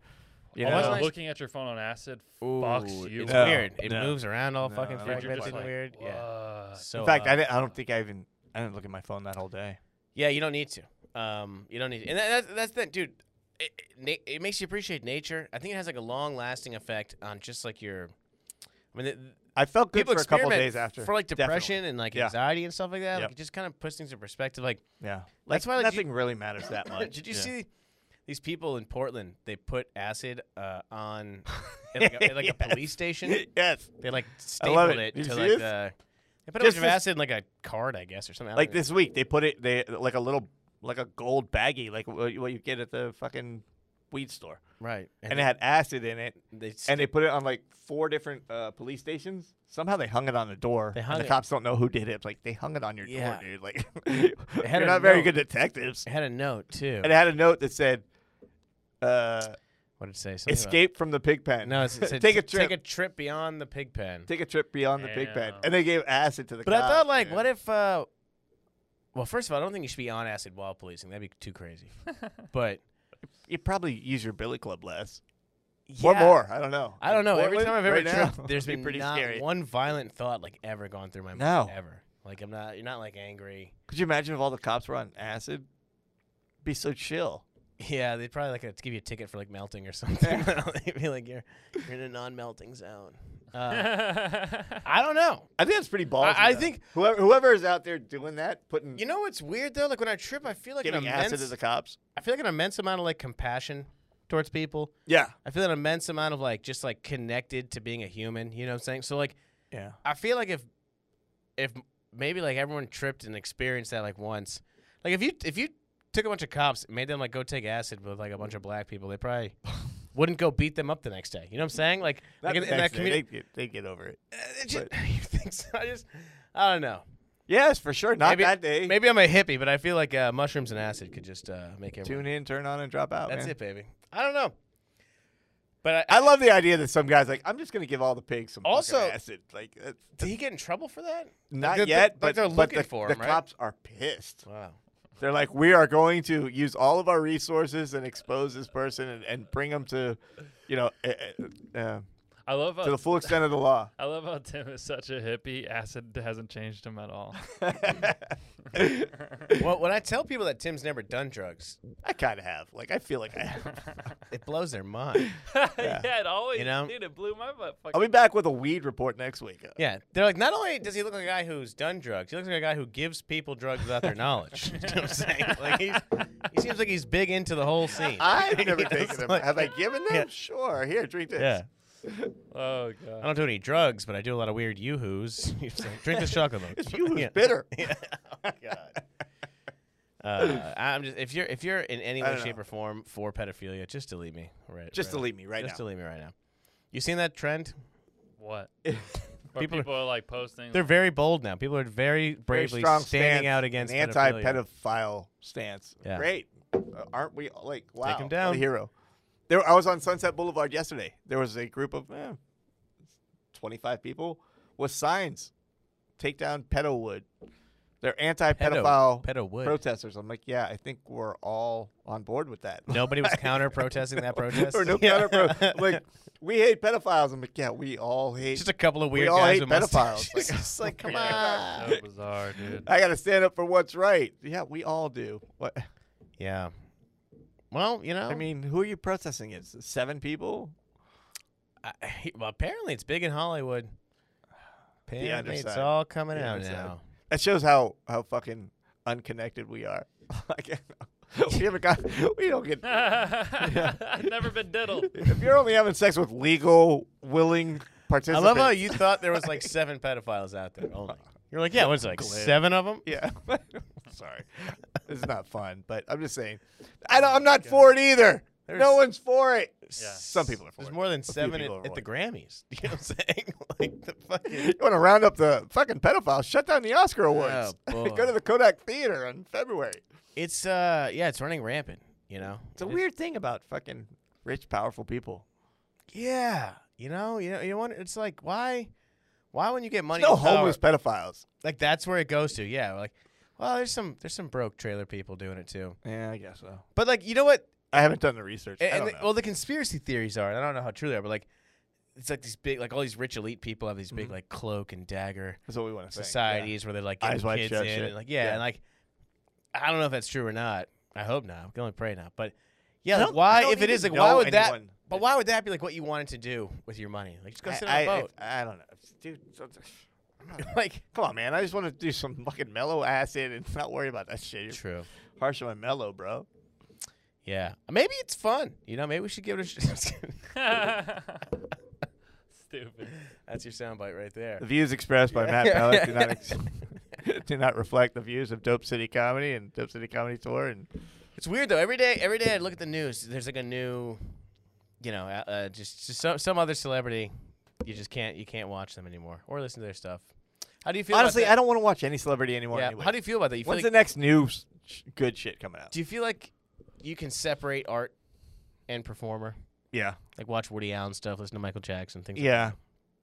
S1: You
S3: Oh,
S1: know?
S2: wasn't I-
S3: looking at your phone on acid fucks you.
S2: It's
S1: No,
S3: up.
S2: weird. It
S1: no.
S2: moves around all
S1: No,
S2: fucking
S1: no,
S3: Dude, you're
S2: fragmented
S3: just
S2: and
S3: like,
S2: weird. Yeah.
S3: "What?"
S2: So,
S1: in fact,
S2: uh,
S1: I, didn't, I don't think I even. I didn't look at my phone that whole day.
S2: Yeah, you don't need to. Um, you don't need, and that, that's that's that, dude. It, it, na- it makes you appreciate nature. I think it has like a long lasting effect on just like your. I mean, the,
S1: I felt good
S2: people
S1: for a couple
S2: experiment
S1: days after.
S2: for like
S1: Definitely.
S2: depression and like
S1: Yeah.
S2: anxiety and stuff like that. Like
S1: Yep.
S2: it just kind of puts things in perspective. Like,
S1: Yeah. Like,
S2: That's why, like, you-
S1: nothing really matters that much.
S2: did you
S1: Yeah.
S2: see these people in Portland? They put acid uh, on at like, a, at like a
S1: Yes.
S2: police station.
S1: yes.
S2: They like
S1: I love
S2: stapled
S1: it.
S2: it,
S1: Did
S2: to
S1: you see
S2: like
S1: this?
S2: the. They put a
S1: Just
S2: bunch of
S1: this-
S2: acid in like a card, I guess, or something. I don't
S1: Like
S2: even-
S1: this week, they put it they like a little like a gold baggie, like what you what you get at the fucking weed store,
S2: right?
S1: and it had acid in it,
S2: they, they
S1: and they put it on like four different uh, police stations. Somehow they hung it on the door.
S2: They hung
S1: and
S2: it-
S1: the cops don't know who did it. It's like they hung it on your
S2: Yeah.
S1: door, dude. Like you're
S2: a
S1: not very
S2: note.
S1: good detectives.
S2: It had a note too.
S1: And it had a note that said, uh,
S2: What did it say? Something about-
S1: "Escape from the pig pen."
S2: no, it's, it said,
S1: take a
S2: "T-
S1: trip.
S2: Take a trip beyond the pig pen.
S1: Take a trip beyond the pig pen,
S3: Damn.
S1: and they gave acid to the.
S2: But I
S1: cops,
S2: thought, like,
S1: man.
S2: what if? uh Well, first of all, I don't think you should be on acid while policing. That'd be too crazy. but
S1: you probably use your billy club less
S2: yeah,
S1: or more. I don't know.
S2: I don't know. Every
S1: Portland
S2: time I've ever
S1: right now,
S2: tripped, there's
S1: it'd
S2: been
S1: be pretty
S2: not
S1: scary.
S2: one violent thought like ever gone through my mind.
S1: No.
S2: ever. Like I'm not. You're not like angry.
S1: Could you imagine if all the cops were on acid? Be so chill.
S2: Yeah, they'd probably like uh, give you a ticket for like melting or something. they'd be like, you're, you're in a non-melting zone. Uh, I don't know.
S1: I think that's pretty ballsy.
S2: I
S1: though.
S2: think-
S1: whoever whoever is out there doing that, putting
S2: You know what's weird though? Like when I trip, I feel like an
S1: giving
S2: immense.
S1: acid to the cops.
S2: I feel like an immense amount of like compassion towards people.
S1: Yeah,
S2: I feel an immense amount of like just like connected to being a human. You know what I'm saying? So like
S1: yeah.
S2: I feel like if if maybe like everyone tripped and experienced that like once, like if you if you took a bunch of cops and made them like go take acid with like a bunch of black people, they probably wouldn't go beat them up the next day. You know what I'm saying? Like like in, in that community,
S1: they, get, they get over it.
S2: you think so? I just I don't know.
S1: Yes, for sure. Not
S2: maybe,
S1: that day.
S2: Maybe I'm a hippie, but I feel like uh, mushrooms and acid could just uh, make everyone.
S1: Tune in, turn on, and drop out.
S2: That's
S1: man.
S2: it, baby. I don't know. But I,
S1: I love the idea that some guys like I'm just gonna give all the pigs some fucking
S2: Also-
S1: acid. Like that's,
S2: did he get in trouble for that?
S1: not
S2: they're-
S1: yet,
S2: like
S1: but
S2: they're
S1: but
S2: looking
S1: the,
S2: for
S1: the
S2: 'em, right?
S1: cops are pissed.
S2: Wow.
S1: They're like, we are going to use all of our resources and expose this person and, and bring them to, you know, uh, uh, uh,
S3: I love
S1: to
S3: how
S1: the full extent of the law.
S3: I love how Tim is such a hippie. Acid hasn't changed him at all.
S1: I
S2: well, when I tell people that Tim's never done drugs,
S1: kind of have. Like, I feel like I have.
S2: it blows their mind.
S1: Yeah.
S3: it always
S2: You know?
S3: dude, it blew my butt.
S1: I'll be back with a weed report next week.
S2: Yeah, they're like, not only does he look like a guy who's done drugs, he looks like a guy who gives people drugs without their knowledge. you know what I'm saying? Like he's, he seems like he's big into the whole scene.
S1: I've never
S2: Yeah,
S1: taken
S2: it's
S1: them.
S2: like-
S1: Have I given them?
S2: Yeah.
S1: Sure. Here, drink this.
S2: yeah,
S3: oh
S2: I
S3: god.
S2: don't do any drugs, but I do a lot of weird yoo-hoos. He's like, Drink this chocolate milk.
S1: It's you who's
S2: Yeah.
S1: bitter.
S2: Yeah. Oh, God. Uh, I'm just if you're if you're in any
S1: I
S2: way,
S1: don't
S2: shape,
S1: know.
S2: or form for pedophilia, just delete me. Right.
S1: Just
S2: right
S1: delete me
S2: now.
S1: right
S2: just
S1: now.
S2: delete me right now. You seen that trend?
S3: what? Or people,
S2: People are-
S3: are like posting.
S2: They're very bold now. People are very
S1: Very
S2: bravely
S1: strong
S2: standing
S1: stance,
S2: out against
S1: an anti-pedophile
S2: pedophilia.
S1: stance.
S2: Yeah.
S1: Great, Uh, aren't we all, like wow?
S2: 'em
S1: what a
S2: down.
S1: hero. There, I was on Sunset Boulevard yesterday. There was a group of eh, twenty-five people with signs, take down pedo wood. They're anti-pedophile
S2: Pedo would.
S1: protesters. I'm like, yeah, I think we're all on board with that.
S2: Nobody was counter protesting that protest.
S1: or no
S2: Yeah.
S1: counter pro- like we hate pedophiles. I'm like, yeah, we all hate.
S2: Just a couple of weird
S1: all
S2: guys
S1: hate
S2: with
S1: pedophiles.
S2: mustaches.
S1: Like-
S2: It's like, come
S3: Yeah,
S2: on.
S3: so bizarre, dude.
S1: I got to stand up for what's right. Yeah, we all do. What?
S2: Yeah. Well, you know,
S1: I mean, who are you protesting against? Seven people?
S2: I, well, apparently it's big in Hollywood. Apparently it's
S1: underside.
S2: all coming
S1: The
S2: out
S1: underside.
S2: now.
S1: That shows how how fucking unconnected we are. like, we haven't got. We don't get.
S3: I've never been diddled.
S1: If you're only having sex with legal, willing
S2: I
S1: participants.
S2: love how you thought there was like seven pedophiles out there. Only. You're like, yeah, what's it, like
S1: Glad.
S2: seven of them?
S1: Yeah. Sorry. This is not fun, but I'm just saying. I don't, I'm not for it either. no
S2: There's-
S1: one's for it.
S3: Yeah.
S1: Some people are for
S2: There's
S1: it.
S2: more than
S1: few
S2: seven
S1: people
S2: at,
S1: are
S2: at the
S1: white.
S2: Grammys. You know what I'm saying? like the fucking.
S1: You want to round up the fucking pedophiles? Shut down the Oscar Awards. Go
S2: Oh,
S1: to
S2: boy.
S1: the Kodak Theater in February.
S2: It's uh, yeah, it's running rampant. You know.
S1: It's a
S2: It is-
S1: weird thing about fucking rich, powerful people.
S2: Yeah, you know, you know, you want. It's like why, why when you get money,
S1: No
S2: and power-
S1: homeless pedophiles.
S2: Like that's where it goes to. Yeah, like, well, there's some there's some broke trailer people doing it too.
S1: Yeah, I guess so.
S2: But like, you know what?
S1: I haven't done the research.
S2: And,
S1: I
S2: and
S1: don't
S2: the-
S1: know.
S2: well, the conspiracy theories are, and I don't know how true they are, but like, it's like these big, like all these rich elite people have these big
S1: Mm-hmm.
S2: like cloak and dagger
S1: That's what we want to say.
S2: societies where they're like
S1: Eyes
S2: getting
S1: wide
S2: kids
S1: shut
S2: in,
S1: shit.
S2: and like yeah,
S1: Yeah.
S2: and like, I don't know if that's true or not. I hope not. I can only pray not. But yeah,
S1: I
S2: like
S1: don't- I
S2: why?
S1: don't
S2: If it is, like,
S1: even
S2: why
S1: know
S2: would that?
S1: anyone
S2: But why would that be like what you wanted to do with your money? Like, just go sit on
S1: I,
S2: a boat.
S1: I, I don't know, dude. so- I'm not-
S2: like,
S1: Come on, man. I just want to do some fucking mellow acid and not worry about that shit. You're
S2: true.
S1: harsh on my mellow, bro.
S2: Yeah, maybe it's fun. You know, maybe we should give it a. Sh-
S3: Stupid.
S2: that's your soundbite right there.
S1: The views expressed by Matt Pellet do not ex- do not reflect the views of Dope City Comedy and Dope City Comedy Tour. And
S2: It's weird though. Every day, every day I look at the news. There's like a new, you know, uh, uh, just, just some some other celebrity. You just can't you can't watch them anymore or listen to their stuff. How do you feel?
S1: honestly, I
S2: about
S1: don't want to watch any celebrity anymore.
S2: Yeah.
S1: anyway.
S2: How do you feel about that? You feel
S1: When's
S2: like,
S1: the next new s- sh- good shit coming out?
S2: do you feel like you can separate art and performer?
S1: Yeah,
S2: Like watch Woody Allen stuff, listen to Michael Jackson, things. Like
S1: yeah,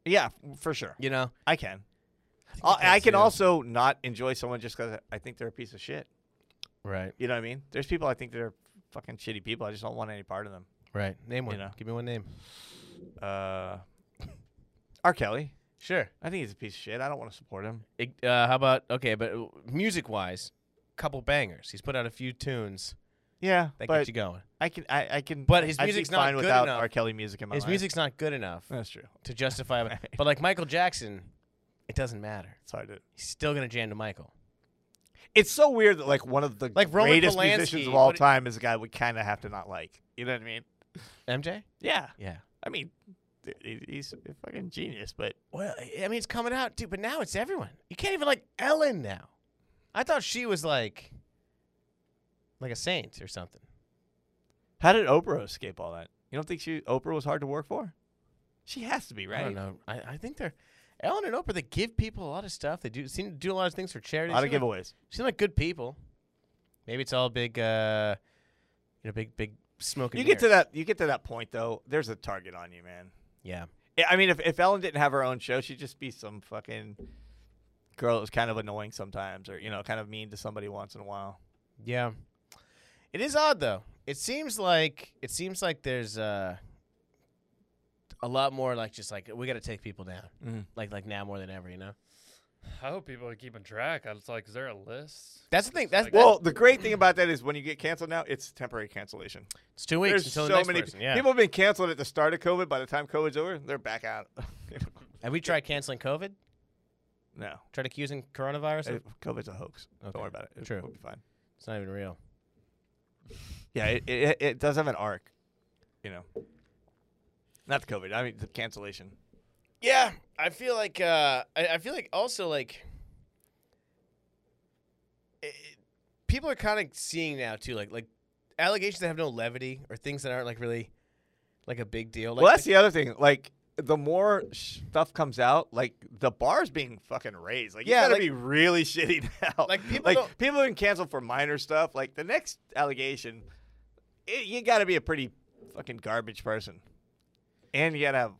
S1: yeah, for sure.
S2: that. You know,
S1: I can.
S2: I
S1: I,
S2: think
S1: I
S2: that's
S1: can
S2: it.
S1: also not enjoy someone just because I think they're a piece of shit.
S2: Right.
S1: You know what I mean? There's people I think that are fucking shitty people. I just don't want any part of them.
S2: Right. Name one.
S1: know.
S2: Give me one name.
S1: Uh, R. Kelly.
S2: Sure.
S1: I think he's a piece of shit. I don't want to support him.
S2: Ig- Uh, how about okay, but music wise, couple bangers. He's put out a few tunes
S1: Yeah,
S2: that
S1: but
S2: get you going.
S1: I can. I, I can.
S2: But his
S1: I'd be
S2: music's not
S1: fine
S2: good
S1: without
S2: enough.
S1: R. Kelly music in my
S2: His
S1: life.
S2: music's not good enough.
S1: That's true.
S2: to justify. But like Michael Jackson, it doesn't matter.
S1: It's hard to.
S2: He's still gonna jam to Michael.
S1: It's so weird that like one of the
S2: Like Roman
S1: greatest
S2: Polanski,
S1: musicians of all
S2: what-
S1: time is a guy we kind of have to not like. You know what I mean?
S2: MJ?
S1: Yeah.
S2: Yeah.
S1: I mean, th- he- he's a fucking genius, but
S2: Well, I- I mean, it's coming out, dude. But now it's everyone. You can't even like Ellen now. I thought she was like, like a saint or something.
S1: how did Oprah escape all that? You don't think she Oprah was hard to work for? She has to be, right?
S2: I don't know. I, I think they're Ellen and Oprah. They give people a lot of stuff. They do seem to do a lot of things for
S1: A
S2: charity.
S1: lot of
S2: Seem like-
S1: giveaways.
S2: Seem like good people. Maybe it's all big, uh you know, big, big smoke. and
S1: You get to
S2: mirrors.
S1: that. You get to that point though. There's a target on you, man.
S2: Yeah.
S1: Yeah, I mean, if, if Ellen didn't have her own show, she'd just be some fucking girl that was kind of annoying sometimes, or you know, kind of mean to somebody once in a while.
S2: Yeah. It is odd though. It seems like it seems like there's uh, a lot more like just like we got to take people down.
S1: Mhm.
S2: Like like now more than ever, you know.
S3: I hope people are keeping track. I was like, is there a list?
S2: That's the thing. That's,
S3: Like-
S2: well,
S1: Well, the great thing about that is when you get canceled now, it's temporary cancellation.
S2: it's two weeks
S1: There's
S2: until the
S1: so
S2: next
S1: many
S2: person. Yeah.
S1: people have been canceled at the start of COVID. By the time COVID's over, they're back out.
S2: Have we tried canceling COVID?
S1: no,
S2: Tried accusing coronavirus?
S1: it- COVID's a hoax.
S2: Okay.
S1: Don't worry about it. it
S2: True.
S1: We'll be fine.
S2: It's not even real.
S1: Yeah, it, it, it does have an arc, you know. Not the COVID. I mean the cancellation.
S2: Yeah, I feel like uh, I, I feel like also like i i- people are kind of seeing now too, like like allegations that have no levity or things that aren't like really like a big deal. Like,
S1: well, that's
S2: like-
S1: the other thing. Like the more stuff comes out, like the bar's being fucking raised. Like,
S2: Yeah,
S1: yeah, it's
S2: like-
S1: gotta be really shitty now.
S2: Like, people
S1: like
S2: don't-
S1: people have been canceled for minor stuff. Like the next allegation, it, you gotta be a pretty fucking garbage person, and you gotta have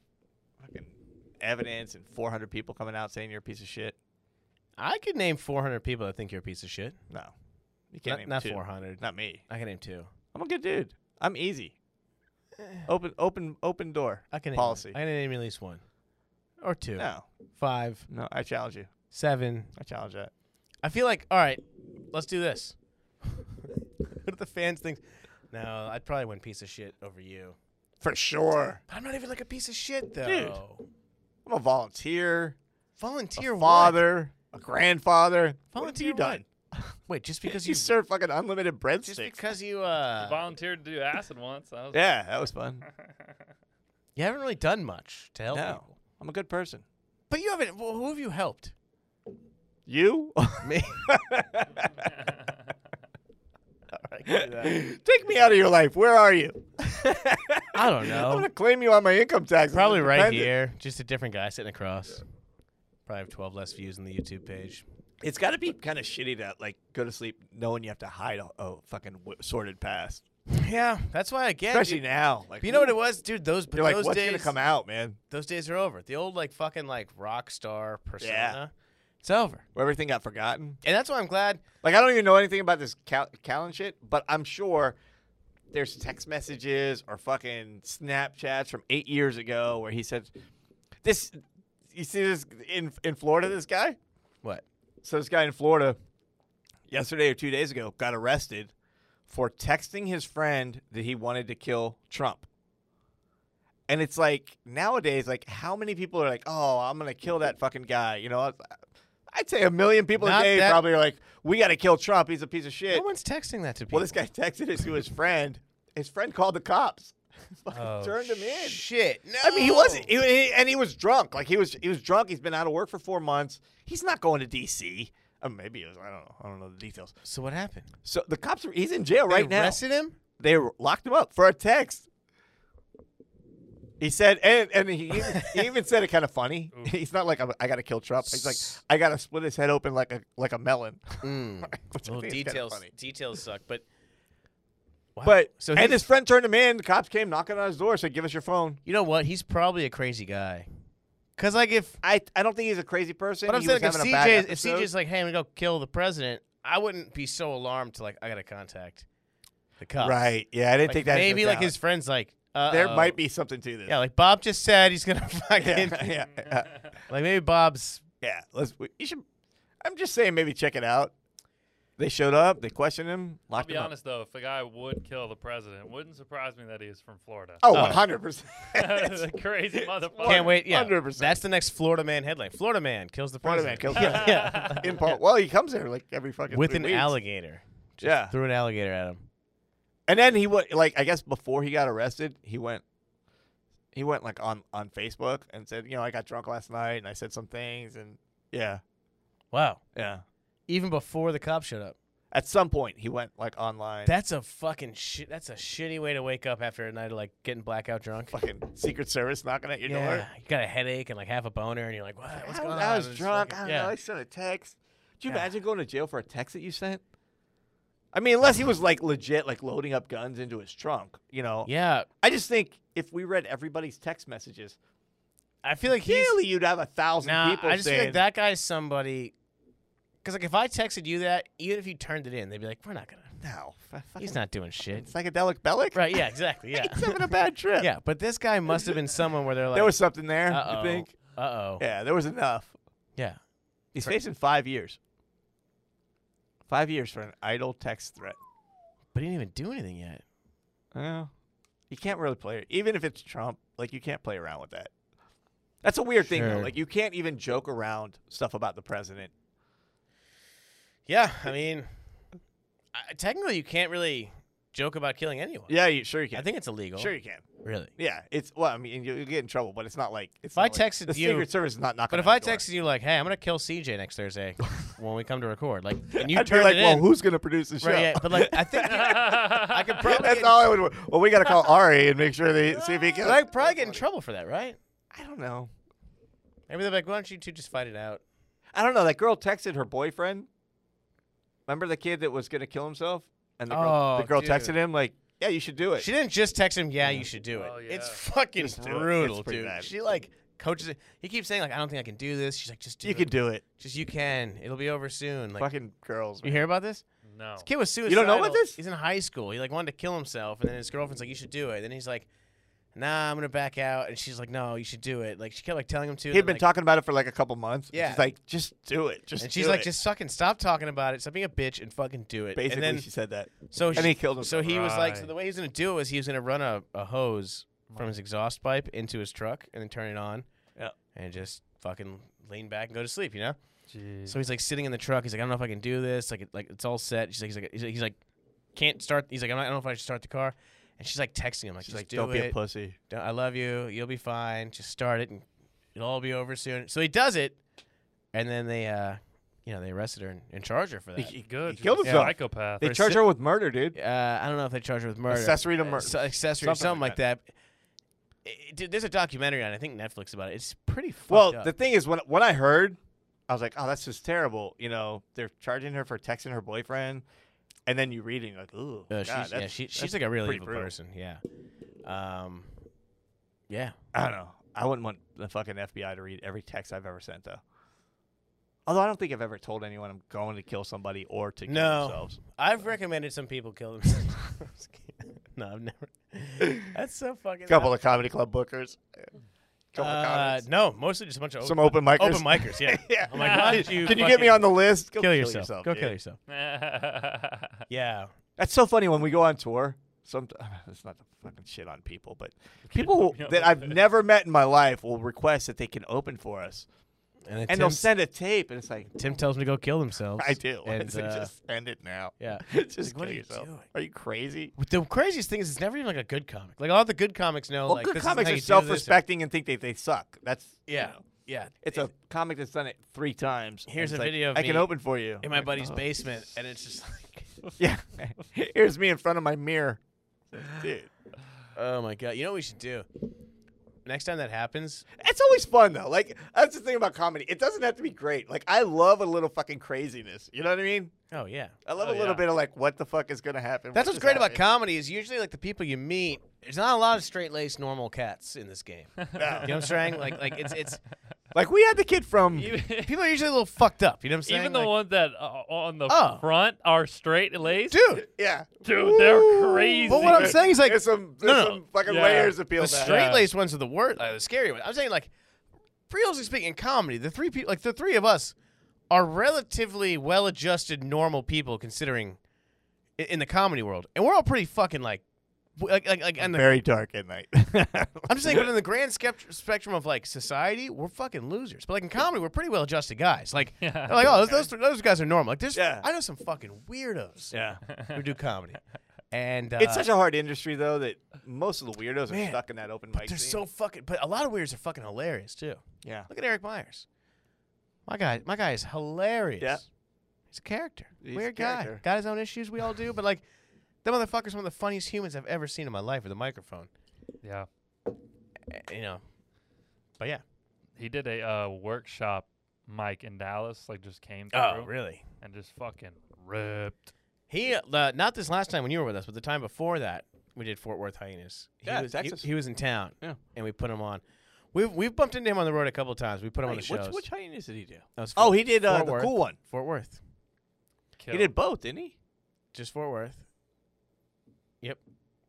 S1: fucking evidence and 400 people coming out saying you're a piece of shit.
S2: I could name 400 people that think you're a piece of shit.
S1: No, you can't.
S2: not
S1: name
S2: not
S1: two.
S2: 400.
S1: Not me.
S2: I can name two.
S1: I'm a good dude. I'm easy. Open, open, open door
S2: I can name one.
S1: policy.
S2: I can name at least one, or two,
S1: No,
S2: five,
S1: no, I challenge you.
S2: seven.
S1: I challenge that.
S2: I feel like all right. Let's do this. what if the fans think? No, I'd probably win piece of shit over you.
S1: For sure.
S2: But I'm not even like a piece of shit though.
S1: I'm a volunteer,
S2: Volunteer
S1: a
S2: what?
S1: father, a grandfather.
S2: Volunteer
S1: what have you done?
S2: Wait, just because
S1: You
S2: you
S1: serve fucking unlimited
S2: just
S1: breadsticks.
S2: because you uh
S3: volunteered to do acid once. That was
S1: Yeah, that was fun.
S2: you haven't really done much to help
S1: No,
S2: people.
S1: I'm a good person.
S2: But you haven't. Well, who have you helped?
S1: You?
S2: Me.
S1: Take me out of your life. Where are you?
S2: I don't
S1: I'm
S2: know.
S1: gonna claim you on my income tax.
S2: Probably right here. Just a different guy sitting across. Probably have 12 less views on the YouTube page.
S1: It's got to be kind of shitty to like go to sleep knowing you have to hide a, a fucking w- sordid past,
S2: Yeah, that's why I get.
S1: especially
S2: dude.
S1: now. Like
S2: But you know what it was, dude? Those but
S1: You're like,
S2: those
S1: what's
S2: days,
S1: gonna come out, man?
S2: those days are over. The old like fucking like rock star persona, it's over.
S1: Where everything got forgotten.
S2: And that's why I'm glad.
S1: Like I don't even know anything about this Cal- Callan shit, but I'm sure there's text messages or fucking Snapchats from eight years ago where he said, "This, you see this in in Florida, this guy."
S2: What?
S1: So this guy in Florida, yesterday or two days ago, got arrested for texting his friend that he wanted to kill Trump. And it's like nowadays, like how many people are like, "Oh, I'm gonna kill that fucking guy," you know? I'd say a million people
S2: Not
S1: a day
S2: that-
S1: probably are like, "We gotta kill Trump. He's a piece of shit."
S2: No one's texting that to people.
S1: well, this guy texted it to his friend. His friend called the cops. Fucking
S3: Oh,
S1: turned him in.
S2: Shit. No.
S1: I mean, he wasn't, he, he- and he was drunk. Like he was, he was drunk. He's been out of work for four months. He's not going to D.C. Uh, maybe it was. I don't know. I don't know the details.
S2: So what happened?
S1: So the cops are. He's in jail right
S2: they
S1: now.
S2: arrested him.
S1: They locked him up for a text. He said, and and he even, he even said it kind of funny. He's not like "I'm- I got to kill Trump. He's like I got to split his head open like a like a melon. Hmm.
S2: Mm.
S1: Which I
S2: Little
S1: think is kinda
S2: details.
S1: funny.
S2: Details suck, but. Wow.
S1: But
S2: so
S1: and
S2: he-
S1: his friend turned him in. The cops came knocking on his door, said, "Give us your phone."
S2: you know what? He's probably a crazy guy. Cause like if
S1: I, I don't think he's a crazy person.
S2: But I'm
S1: He
S2: saying
S1: was
S2: like,
S1: having a
S2: if
S1: bad
S2: CJ if
S1: episode.
S2: CJ's like, hey, I'm gonna go kill the president, I wouldn't be so alarmed to like I gotta contact the cops.
S1: Right. Yeah, I didn't
S2: Like,
S1: think that. into
S2: maybe like
S1: account.
S2: his friends like uh
S1: There might be something to this.
S2: Yeah, like Bob just said he's gonna fucking
S1: yeah, yeah, yeah.
S2: like maybe Bob's
S1: yeah. Let's. We, you should. I'm just saying, maybe check it out. They showed up. They questioned him.
S3: I'll
S1: Locked
S3: be
S1: him
S3: honest though, if the guy would kill the president, wouldn't surprise me that he is from Florida.
S1: up. Oh,
S2: Oh.
S1: 100. percent
S3: the crazy motherfucker.
S2: can't wait. Yeah,
S1: 100%.
S2: that's the next Florida man headline. Florida man kills the
S1: Florida
S2: president.
S1: man kills-
S2: yeah, yeah.
S1: In part, well, he comes there like every fucking
S2: with
S1: three
S2: an
S1: weeks.
S2: alligator.
S1: Yeah,
S2: Threw an alligator at him.
S1: and then he went like I guess before he got arrested, he went. He went like on on Facebook and said, you know, I got drunk last night and I said some things and yeah,
S2: Wow.
S1: yeah.
S2: Even before the cops showed up.
S1: At some point, he went like online.
S2: That's a fucking shit. That's a shitty way to wake up after a night of like getting blackout drunk.
S1: fucking Secret Service knocking at your door.
S2: You got a headache and like half a boner, and you're like, what? What's
S1: I,
S2: going on?
S1: I was
S2: It's
S1: drunk.
S2: fucking-
S1: I don't
S2: yeah.
S1: know. I sent a text. Did you
S2: Yeah.
S1: imagine going to jail for a text that you sent? I mean, unless he was like legit, like loading up guns into his trunk, you know.
S2: Yeah.
S1: I just think if we read everybody's text messages,
S2: I feel like he's.
S1: clearly you'd have a thousand
S2: Nah,
S1: people
S2: I just
S1: saying
S2: feel like that guy's somebody. Because like if I texted you that, even if you turned it in, they'd be like, we're not gonna.
S1: No, f-
S2: He's
S1: fucking
S2: not doing shit.
S1: psychedelic bellic.
S2: Right? Yeah. Exactly. Yeah.
S1: He's having a bad trip.
S2: yeah. But this guy must have been someone where they're like,
S1: there was something there.
S2: uh oh,
S1: I think.
S2: uh oh,
S1: Yeah, there was enough.
S2: yeah.
S1: He's facing five years. Five years for an idle text threat.
S2: But he didn't even do anything yet.
S1: Well, you can't really play even if it's Trump. Like you can't play around with that. That's a weird thing though.
S2: Sure.
S1: Like you can't even joke around stuff about the president.
S2: Yeah. I mean, I, technically, you can't really joke about killing anyone.
S1: Yeah, you sure you can.
S2: I think it's illegal.
S1: sure you can.
S2: Really.
S1: Yeah, it's well, I mean, you, you get in trouble, but it's not like it's.
S2: I
S1: not like-
S2: texted
S1: the
S2: you-
S1: Secret Service is not knocking.
S2: But if
S1: on
S2: I
S1: your door.
S2: texted you like, "Hey, I'm gonna kill CJ next Thursday when we come to record," like, and you
S1: I'd be
S2: turned
S1: like,
S2: it
S1: well,
S2: in,
S1: who's gonna produce the show?
S2: right? Yeah, but like, I think I could probably
S1: That's
S2: get,
S1: all I would. Well, we got to call Ari and make sure they see if he can.
S2: I'd probably get in trouble for that, right?
S1: I don't know.
S2: Maybe they're like, why don't you two just fight it out?
S1: I don't know. That girl texted her boyfriend. Remember the kid that was gonna kill himself, and the girl, the
S2: Oh,
S1: girl
S2: dude.
S1: texted him like, "Yeah, you should do it."
S2: She didn't just text him, yeah, you should do it.
S3: Oh,
S2: It's
S3: yeah.
S2: fucking
S1: Just do it. It's
S2: brutal,
S1: pretty
S2: dude.
S1: bad.
S2: She like coaches it. He keeps saying like, I don't think I can do this. She's like, just do
S1: you
S2: it.
S1: can do it.
S2: Just you can. It'll be over soon. Like,
S1: Fucking girls.
S2: you
S1: man.
S2: hear about this?
S3: No.
S2: This kid was suicidal.
S1: don't know about this?
S2: He's in high school. He like wanted to kill himself, and then his girlfriend's like, "You should do it." Then he's like, "Nah, I'm gonna back out," and she's like, "No, you should do it." Like she kept like telling him to. and
S1: He'd
S2: then,
S1: been
S2: like-
S1: talking about it for like a couple months.
S2: Yeah.
S1: She's like, just do it. Just
S2: and she's
S1: do
S2: like,
S1: it."
S2: "Just fucking stop talking about it. Stop being a bitch and fucking do it."
S1: basically,
S2: and then
S1: she said that.
S2: so she,
S1: And he killed
S2: so
S1: himself.
S2: he was like, so
S3: Right.
S2: the way he was gonna do it was he was gonna run a, a hose from his exhaust pipe into his truck and then turn it on.
S1: Yeah.
S2: And just fucking lean back and go to sleep, you know.
S3: Jeez.
S2: So he's like sitting in the truck. He's like, I don't know if I can do this. Like, it- like it's all set. She's like, he's like, he's like, he's like can't start. He's like, I'm not, I don't know if I should start the car. And she's like texting him, like,
S1: she's
S2: just
S1: like,
S2: do
S1: don't be a
S2: it.
S1: pussy.
S2: Don't- I love you. You'll be fine. Just start it, and it'll all be over soon. So he does it, and then they, uh, you know, they arrested her and, and charge her for that.
S1: He- he-
S3: Good.
S1: He killed
S3: you're a
S1: himself.
S3: Psychopath.
S1: They
S2: For
S1: charge
S2: si-
S1: her with murder, dude.
S2: Uh, I don't know if they charge her with murder,
S1: Accessory to
S2: Uh,
S1: murder.
S2: so- accessory, something, like that. It- it- dude, there's a documentary on, I think Netflix about it. It's pretty fucked
S1: Well,
S2: up.
S1: the thing is, when when I heard, I was like, oh, that's just terrible. You know, they're charging her for texting her boyfriend, and then you reading like, ooh,
S2: Uh,
S1: God,
S2: she's, yeah,
S1: that's-
S2: she,
S1: that's
S2: she's like a really
S1: pretty
S2: evil
S1: brutal.
S2: person. Yeah. Um, yeah.
S1: I don't know. I wouldn't want the fucking FBI to read every text I've ever sent, though. Although I don't think I've ever told anyone I'm going to kill somebody or to kill
S2: No.
S1: themselves.
S2: I've recommended some people kill themselves. I'm just kidding. no, I've never. That's so fucking.
S1: couple of comedy club bookers. Couple of
S2: Uh,
S1: comics.
S2: no, mostly just a bunch of
S1: Some
S2: open,
S1: open micers.
S2: open micers. Yeah.
S1: yeah.
S2: I'm like, why did you
S1: Can you get me
S2: fucking
S1: on the list? Go
S2: Kill, yourself. Go
S1: dude.
S2: kill yourself. Yeah.
S1: That's so funny when we go on tour. Some it's not to fucking shit on people, but people will-
S3: me
S1: that
S3: on the
S1: I've
S3: list.
S1: never met in my life will request that they can open for us,
S2: And, then
S1: and
S2: Tim,
S1: they'll send a tape, and it's like
S2: Tim tells me to go kill themselves.
S1: I do.
S2: And,
S1: It's like,
S2: uh,
S1: just send it now.
S2: yeah.
S1: just
S2: Like, what
S1: kill
S2: are you
S1: yourself.
S2: doing?
S1: Are you crazy?
S2: But The craziest thing is, it's never even like a good comic. Like all the good comics know.
S1: Well,
S2: like,
S1: good
S2: this isn't
S1: comics
S2: how
S1: are
S2: you do this, or-
S1: self-respecting and think they, they suck. That's you
S2: Yeah.
S1: know,
S2: Yeah.
S1: it's a comic that's done it three times. and
S2: Here's
S1: it's
S2: a
S1: like,
S2: video of
S1: I can
S2: me
S1: open for you
S2: in my buddy's basement, and it's just like.
S1: Yeah, here's me in front of my mirror, dude.
S2: Oh my god! You know what we should do? Next time that happens,
S1: It's always fun though. Like that's the thing about comedy. It doesn't have to be great. Like I love a little fucking craziness. You know what I mean?
S2: oh yeah.
S1: I love a
S3: Oh,
S1: little
S3: yeah.
S1: bit of like what the fuck is gonna happen.
S2: That's
S1: what
S2: what's
S1: just
S2: great about
S1: happened.
S2: comedy is usually like the people you meet. There's not a lot of straight laced normal cats in this game. You know what I'm saying? Like like it's it's
S1: Like we had the kid from.
S3: even,
S2: people are usually a little fucked up. You know what I'm saying?
S3: even the
S2: Like,
S3: ones that uh, on the
S2: Oh.
S3: front are straight laced.
S2: dude.
S1: Yeah,
S3: Dude, they're
S1: Ooh.
S3: crazy.
S2: But what I'm saying is like
S1: there's some,
S2: No,
S1: there's
S2: no.
S1: some fucking
S3: Yeah.
S1: layers to peel
S2: the
S1: back.
S2: straight laced ones are the worst, uh, the scary ones. I'm saying like realistically speaking, in comedy, the three people like the three of us are relatively well adjusted normal people considering i- in the comedy world, and we're all pretty fucking like. w- Like, like, like, and the
S1: Very dark at night.
S2: I'm just saying, but in the grand skept- spectrum of like society, we're fucking losers. But like in comedy, we're pretty well adjusted guys. Like,
S3: Yeah.
S2: they're like oh, those those, th- those guys are normal. Like, there's
S1: Yeah.
S2: I know some fucking weirdos
S1: yeah,
S2: who do comedy, and uh,
S1: it's such a hard industry though that most of the weirdos
S2: Man,
S1: are stuck in that open mic.
S2: they're
S1: scene.
S2: so fucking. But a lot of weirdos are fucking hilarious too.
S1: yeah,
S2: Look at Eric Myers. My guy, my guy is hilarious.
S1: Yeah.
S2: he's a character.
S1: He's a
S2: Weird guy.
S1: character.
S2: Got his own issues. We all do. But like, that motherfucker's one of the funniest humans I've ever seen in my life with a microphone.
S3: yeah.
S2: Uh, You know. But yeah.
S3: He did a uh, workshop mic in Dallas. Like just came
S2: Oh,
S1: Oh.
S3: through
S2: really?
S3: and just fucking ripped.
S2: He uh, not this last time when you were with us, but the time before that we did Fort Worth Hyenas. He
S1: Yeah,
S2: was,
S1: Texas.
S2: He, he was in town.
S1: Yeah.
S2: and we put him on. We've we've bumped into him on the road a couple of times. We put him on the shows.
S1: hyenas did he do?
S2: That was
S1: Oh,
S2: Fort-
S1: he did uh,
S2: Fort
S1: the
S2: Worth.
S1: cool one.
S2: Fort Worth,
S3: Killed.
S1: He did both, didn't he?
S2: just Fort Worth.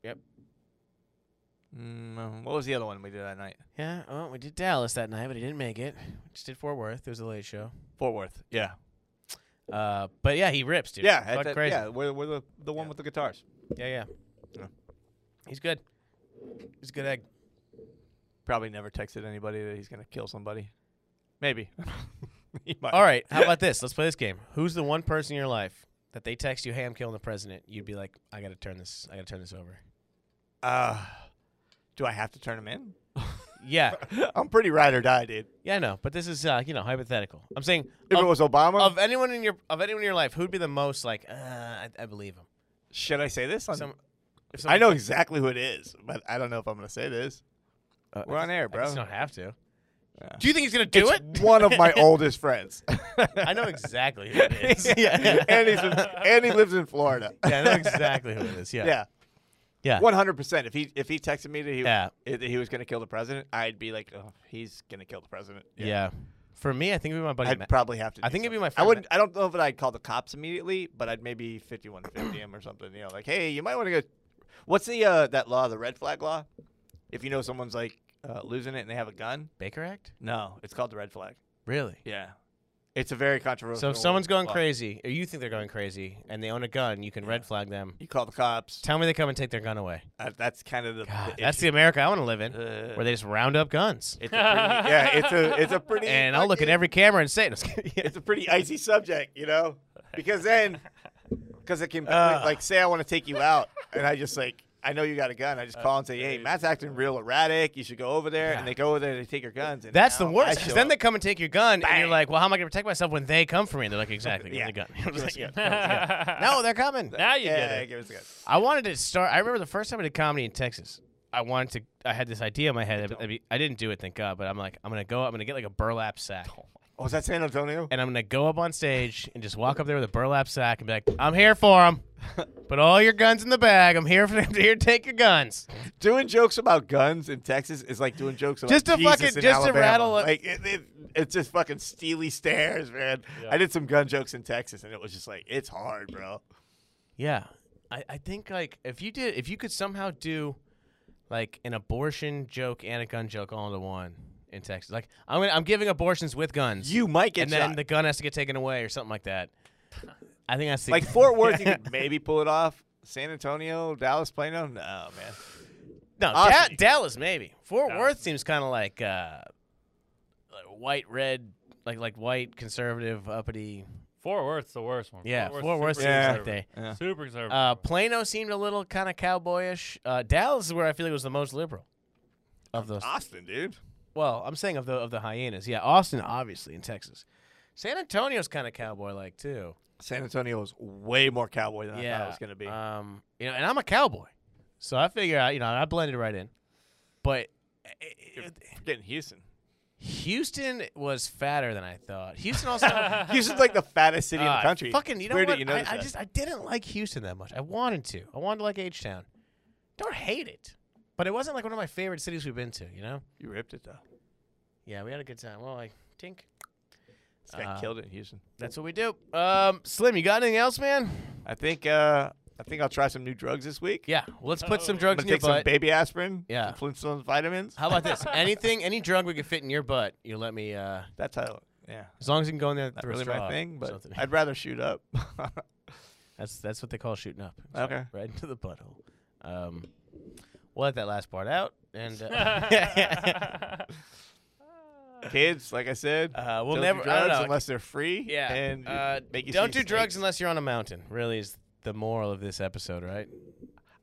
S2: Yep.
S1: Mm, um, what was the other one we did that night?
S2: Yeah. Oh, we did Dallas that night, but he didn't make it. We just did Fort Worth. It was a late show.
S1: Fort Worth. Yeah.
S2: Uh, but yeah, he rips, dude.
S1: Yeah.
S2: Fuck
S1: at that-
S2: crazy.
S1: Yeah. We're, we're the, the one with the guitars.
S2: yeah, yeah,
S1: Yeah.
S2: He's good. He's a good egg.
S1: Probably never texted anybody that he's going to kill somebody. Maybe. he might.
S2: All right, how about this? Let's play this game. Who's the one person in your life that they text you, "Hey, I'm killing the president"? You'd be like, "I gotta turn this. I gotta turn this over."
S1: Uh, do I have to turn him in?
S2: Yeah,
S1: I'm pretty ride or die, dude.
S2: yeah, I know. But this is, uh, you know, hypothetical. I'm saying
S1: If
S2: of,
S1: it was Obama,
S2: of anyone in your of anyone in your life, who'd be the most like, uh, I, I believe him.
S1: should I say this? on-
S2: Some, if
S1: I know exactly who it is, but I don't know if I'm going to say this.
S2: Uh,
S1: We're on air,
S2: I
S1: bro.
S2: just don't have to.
S1: Yeah.
S2: Do you think he's gonna do
S1: It's
S2: it?
S1: One of my oldest friends.
S2: I know exactly who it is. yeah.
S1: and, he's in- and he lives in Florida.
S2: Yeah, I know exactly who it is. Yeah.
S1: Yeah.
S2: Yeah.
S1: One hundred percent. If he if he texted me that he
S2: Yeah.
S1: i- that he was gonna kill the president, I'd be like, oh, he's gonna kill the president.
S2: Yeah. For me, I think it'd be my buddy.
S1: I'd
S2: Ma-
S1: probably have to.
S2: I
S1: do
S2: think it'd be
S1: something.
S2: my
S1: I
S2: friend
S1: wouldn't. I don't know if I'd call the cops immediately, but I'd maybe fifty-one fifty him or something. You know, like, hey, you might want to go. What's the uh, that law? The red flag law. If you know someone's like uh, losing it and they have a gun,
S2: Baker Act.
S1: no, it's called the red flag.
S2: Really?
S1: Yeah, it's a very controversial.
S2: So if someone's going
S1: law.
S2: crazy, or you think they're going crazy, and they own a gun, you can red flag them.
S1: you call the cops.
S2: Tell me they come and take their gun away.
S1: Uh, that's kind of the.
S2: God,
S1: the
S2: that's the
S1: issue.
S2: America I want to live in,
S1: Uh,
S2: where they just round up guns.
S1: it's a pretty, yeah, it's a it's a pretty.
S2: And I'll look at
S1: fucking-
S2: every camera and say, it. yeah.
S1: it's a pretty icy subject, you know, because then, because it can
S2: Ugh.
S1: like say I want to take you out, and I just like I know you got a gun, I just call and say, hey, Matt's acting real erratic. You should go over there, and they go over there, they take your guns. And
S2: That's the
S1: now I
S2: worst. Because
S1: show
S2: then they
S1: up.
S2: come and take your gun, and
S1: Bang.
S2: you're like, "Well, how am I going to protect myself when they come for me?" And they're like, "Exactly, give me
S1: Yeah.
S2: the gun." I'm just like, yeah, yeah. No, they're coming.
S3: now you
S1: yeah,
S3: get it.
S1: give us a gun.
S2: I wanted to start. I remember the first time I did comedy in Texas. I wanted to. I had this idea in my head. I, I didn't do it, thank God. But I'm like, I'm gonna go. I'm gonna get like a burlap sack,
S1: Oh, is that San Antonio?
S2: and I'm gonna go up on stage and just walk up there with a burlap sack and be like, "I'm here for them. Put all your guns in the bag. I'm here for them. Here, take your guns."
S1: Doing jokes about guns in Texas is like doing jokes about
S2: Just to
S1: Jesus
S2: fucking-
S1: in
S2: just to
S1: Alabama.
S2: rattle it-
S1: Like it, it, it's just fucking steely stares, man.
S3: Yeah.
S1: I did some gun jokes in Texas, and it was just like it's hard, bro.
S2: Yeah, I, I think like if you did, if you could somehow do like an abortion joke and a gun joke all into one in Texas, like I'm gonna, I'm giving abortions with guns,
S1: You might get
S2: and then
S1: shot.
S2: the gun has to get taken away or something like that. I think that's the,
S1: Like Fort Worth, you could maybe pull it off. San Antonio, Dallas, Plano, no man.
S2: no da-
S1: Austin.
S2: Dallas maybe Fort
S3: Dallas.
S2: Worth seems kind of like uh like white red like like white conservative uppity
S3: Fort Worth's the worst one.
S2: yeah
S3: Fort Worth's
S2: Fort Worth
S3: super
S2: seems
S1: Yeah.
S2: like they
S1: Yeah.
S3: super conservative.
S2: uh, Plano seemed a little kind of cowboyish uh, Dallas is where I feel like was the most liberal of those
S1: Austin, dude.
S2: Well, I'm saying of the of the hyenas. Yeah, Austin obviously in Texas. San Antonio's kind of cowboy like too.
S1: San Antonio was way more cowboy than I
S2: yeah,
S1: thought it was gonna be.
S2: Um, you know, and I'm a cowboy, so I figure out you know I blended right in. But eh, eh,
S1: Forgetting Houston.
S2: Houston was fatter than I thought. Houston also
S1: Houston's like the fattest city in
S2: Uh,
S1: the country.
S2: Fucking, you
S1: It's
S2: know
S1: weird
S2: what?
S1: That you
S2: I,
S1: notice
S2: I
S1: that.
S2: just I didn't like Houston that much. I wanted to. I wanted to like H Town. Don't hate it, but it wasn't like one of my favorite cities we've been to. You know?
S1: you ripped it though.
S2: Yeah, we had a good time. Well, I think
S1: This guy
S2: Uh,
S1: killed it in Houston.
S2: that's what we do. Um, Slim, you got anything else, man?
S1: I think uh, I think I'll try some new drugs this week.
S2: Yeah, well, let's put
S1: Uh,
S2: some
S3: Oh.
S1: I'm
S2: drugs
S1: gonna
S2: in your
S1: take some
S2: butt.
S1: baby aspirin.
S2: Yeah.
S1: Some Flintstones vitamins.
S2: How about this? Anything, any drug we can fit in your butt, you let me. Uh,
S1: That's how. Yeah.
S2: as long as you can go in there,
S1: Not
S2: through a
S1: really
S2: straw
S1: my
S2: or
S1: thing, but
S2: something.
S1: I'd rather shoot up.
S2: that's that's what they call shooting up. It's
S1: Okay.
S2: right, right into the butthole. Um, we'll let that last part out, and uh,
S1: Kids, like I said,
S2: uh, we'll
S1: don't
S2: never.
S1: do
S2: I
S1: drugs
S2: don't know.
S1: unless they're free.
S2: yeah,
S1: And
S2: uh,
S1: make you
S2: don't
S1: see
S2: do drugs
S1: snakes.
S2: unless you're on a mountain. Really, is the moral of this episode, right?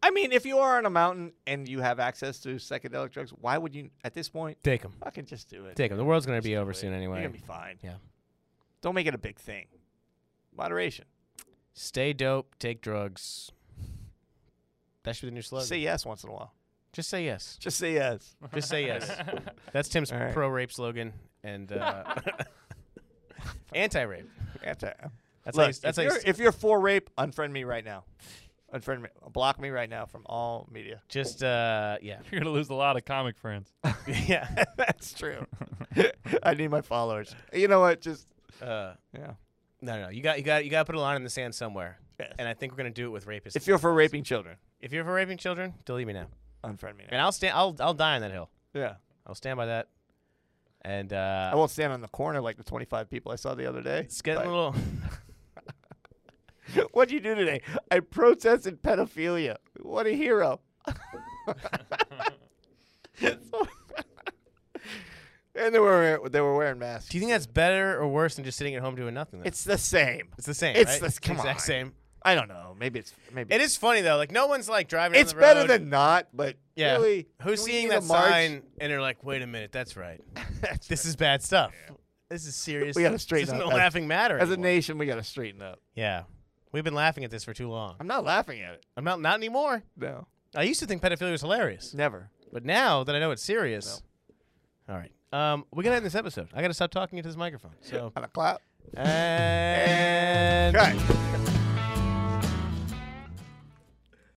S1: I mean, if you are on a mountain and you have access to psychedelic drugs, why would you at this point
S2: Take them.
S1: fucking just do it?
S2: Take them. The world's gonna
S1: Just
S2: be
S1: do
S2: over
S1: it.
S2: soon
S1: You're
S2: anyway.
S1: gonna be fine.
S2: Yeah.
S1: Don't make it a big thing. Moderation.
S2: Stay dope. Take drugs. That should be the new slogan.
S1: Say yes once in a while.
S2: Just say yes.
S1: Just say yes.
S2: Just say yes. That's Tim's
S1: All right.
S2: pro rape slogan and uh, anti rape.
S1: After,
S2: That's how
S1: look,
S2: you, that's
S1: if,
S2: how you
S1: you're, if you're for rape, unfriend me right now. Unfriend me. Block me right now from all media.
S2: just uh, yeah
S3: You're gonna lose a lot of comic friends.
S2: yeah.
S1: That's true. I need my followers. You know what? Just
S2: Uh,
S1: yeah.
S2: no, no, you got you got you got to put a line in the sand somewhere,
S1: Yes.
S2: and I think we're gonna do it with rapists.
S1: If you're for raping children,
S2: if you're for raping children, delete me now,
S1: unfriend me. Now.
S2: and I'll stand. I'll I'll die on that hill.
S1: Yeah.
S2: I'll stand by that. And
S1: I
S2: uh,
S1: won't stand on the corner like the 25 people I saw the other day.
S2: it's getting
S1: but-
S2: a little.
S1: What'd you do today? I protested pedophilia. What a hero. and they were they were wearing masks.
S2: Do you think that's better or worse than just sitting at home doing nothing? Though?
S1: it's the same?
S2: it's the same.
S1: it's
S2: right?
S1: the-
S2: It's
S1: come
S2: exact
S1: on.
S2: same.
S1: I don't know. Maybe it's maybe
S2: It is funny though. Like no one's like driving. down
S1: It's
S2: the
S1: better
S2: road.
S1: than not, but
S2: Yeah.
S1: really,
S2: Who's
S1: do we
S2: seeing
S1: need a
S2: that
S1: march?
S2: sign and are like, wait a minute, that's right.
S1: That's
S2: This is bad stuff. This is serious.
S1: We gotta
S2: this
S1: straighten
S2: isn't
S1: up
S2: a
S1: as-
S2: laughing matter.
S1: right. as a
S2: anymore.
S1: nation, we got to straighten up.
S2: Yeah. We've been laughing at this for too long.
S1: I'm not laughing at it.
S2: I'm not not anymore.
S1: No,
S2: I used to think pedophilia was hilarious.
S1: never.
S2: But now that I know it's serious, all right. Um, we gotta end this episode. I gotta stop talking into this microphone. So
S1: On a cloud.
S2: and
S1: Okay.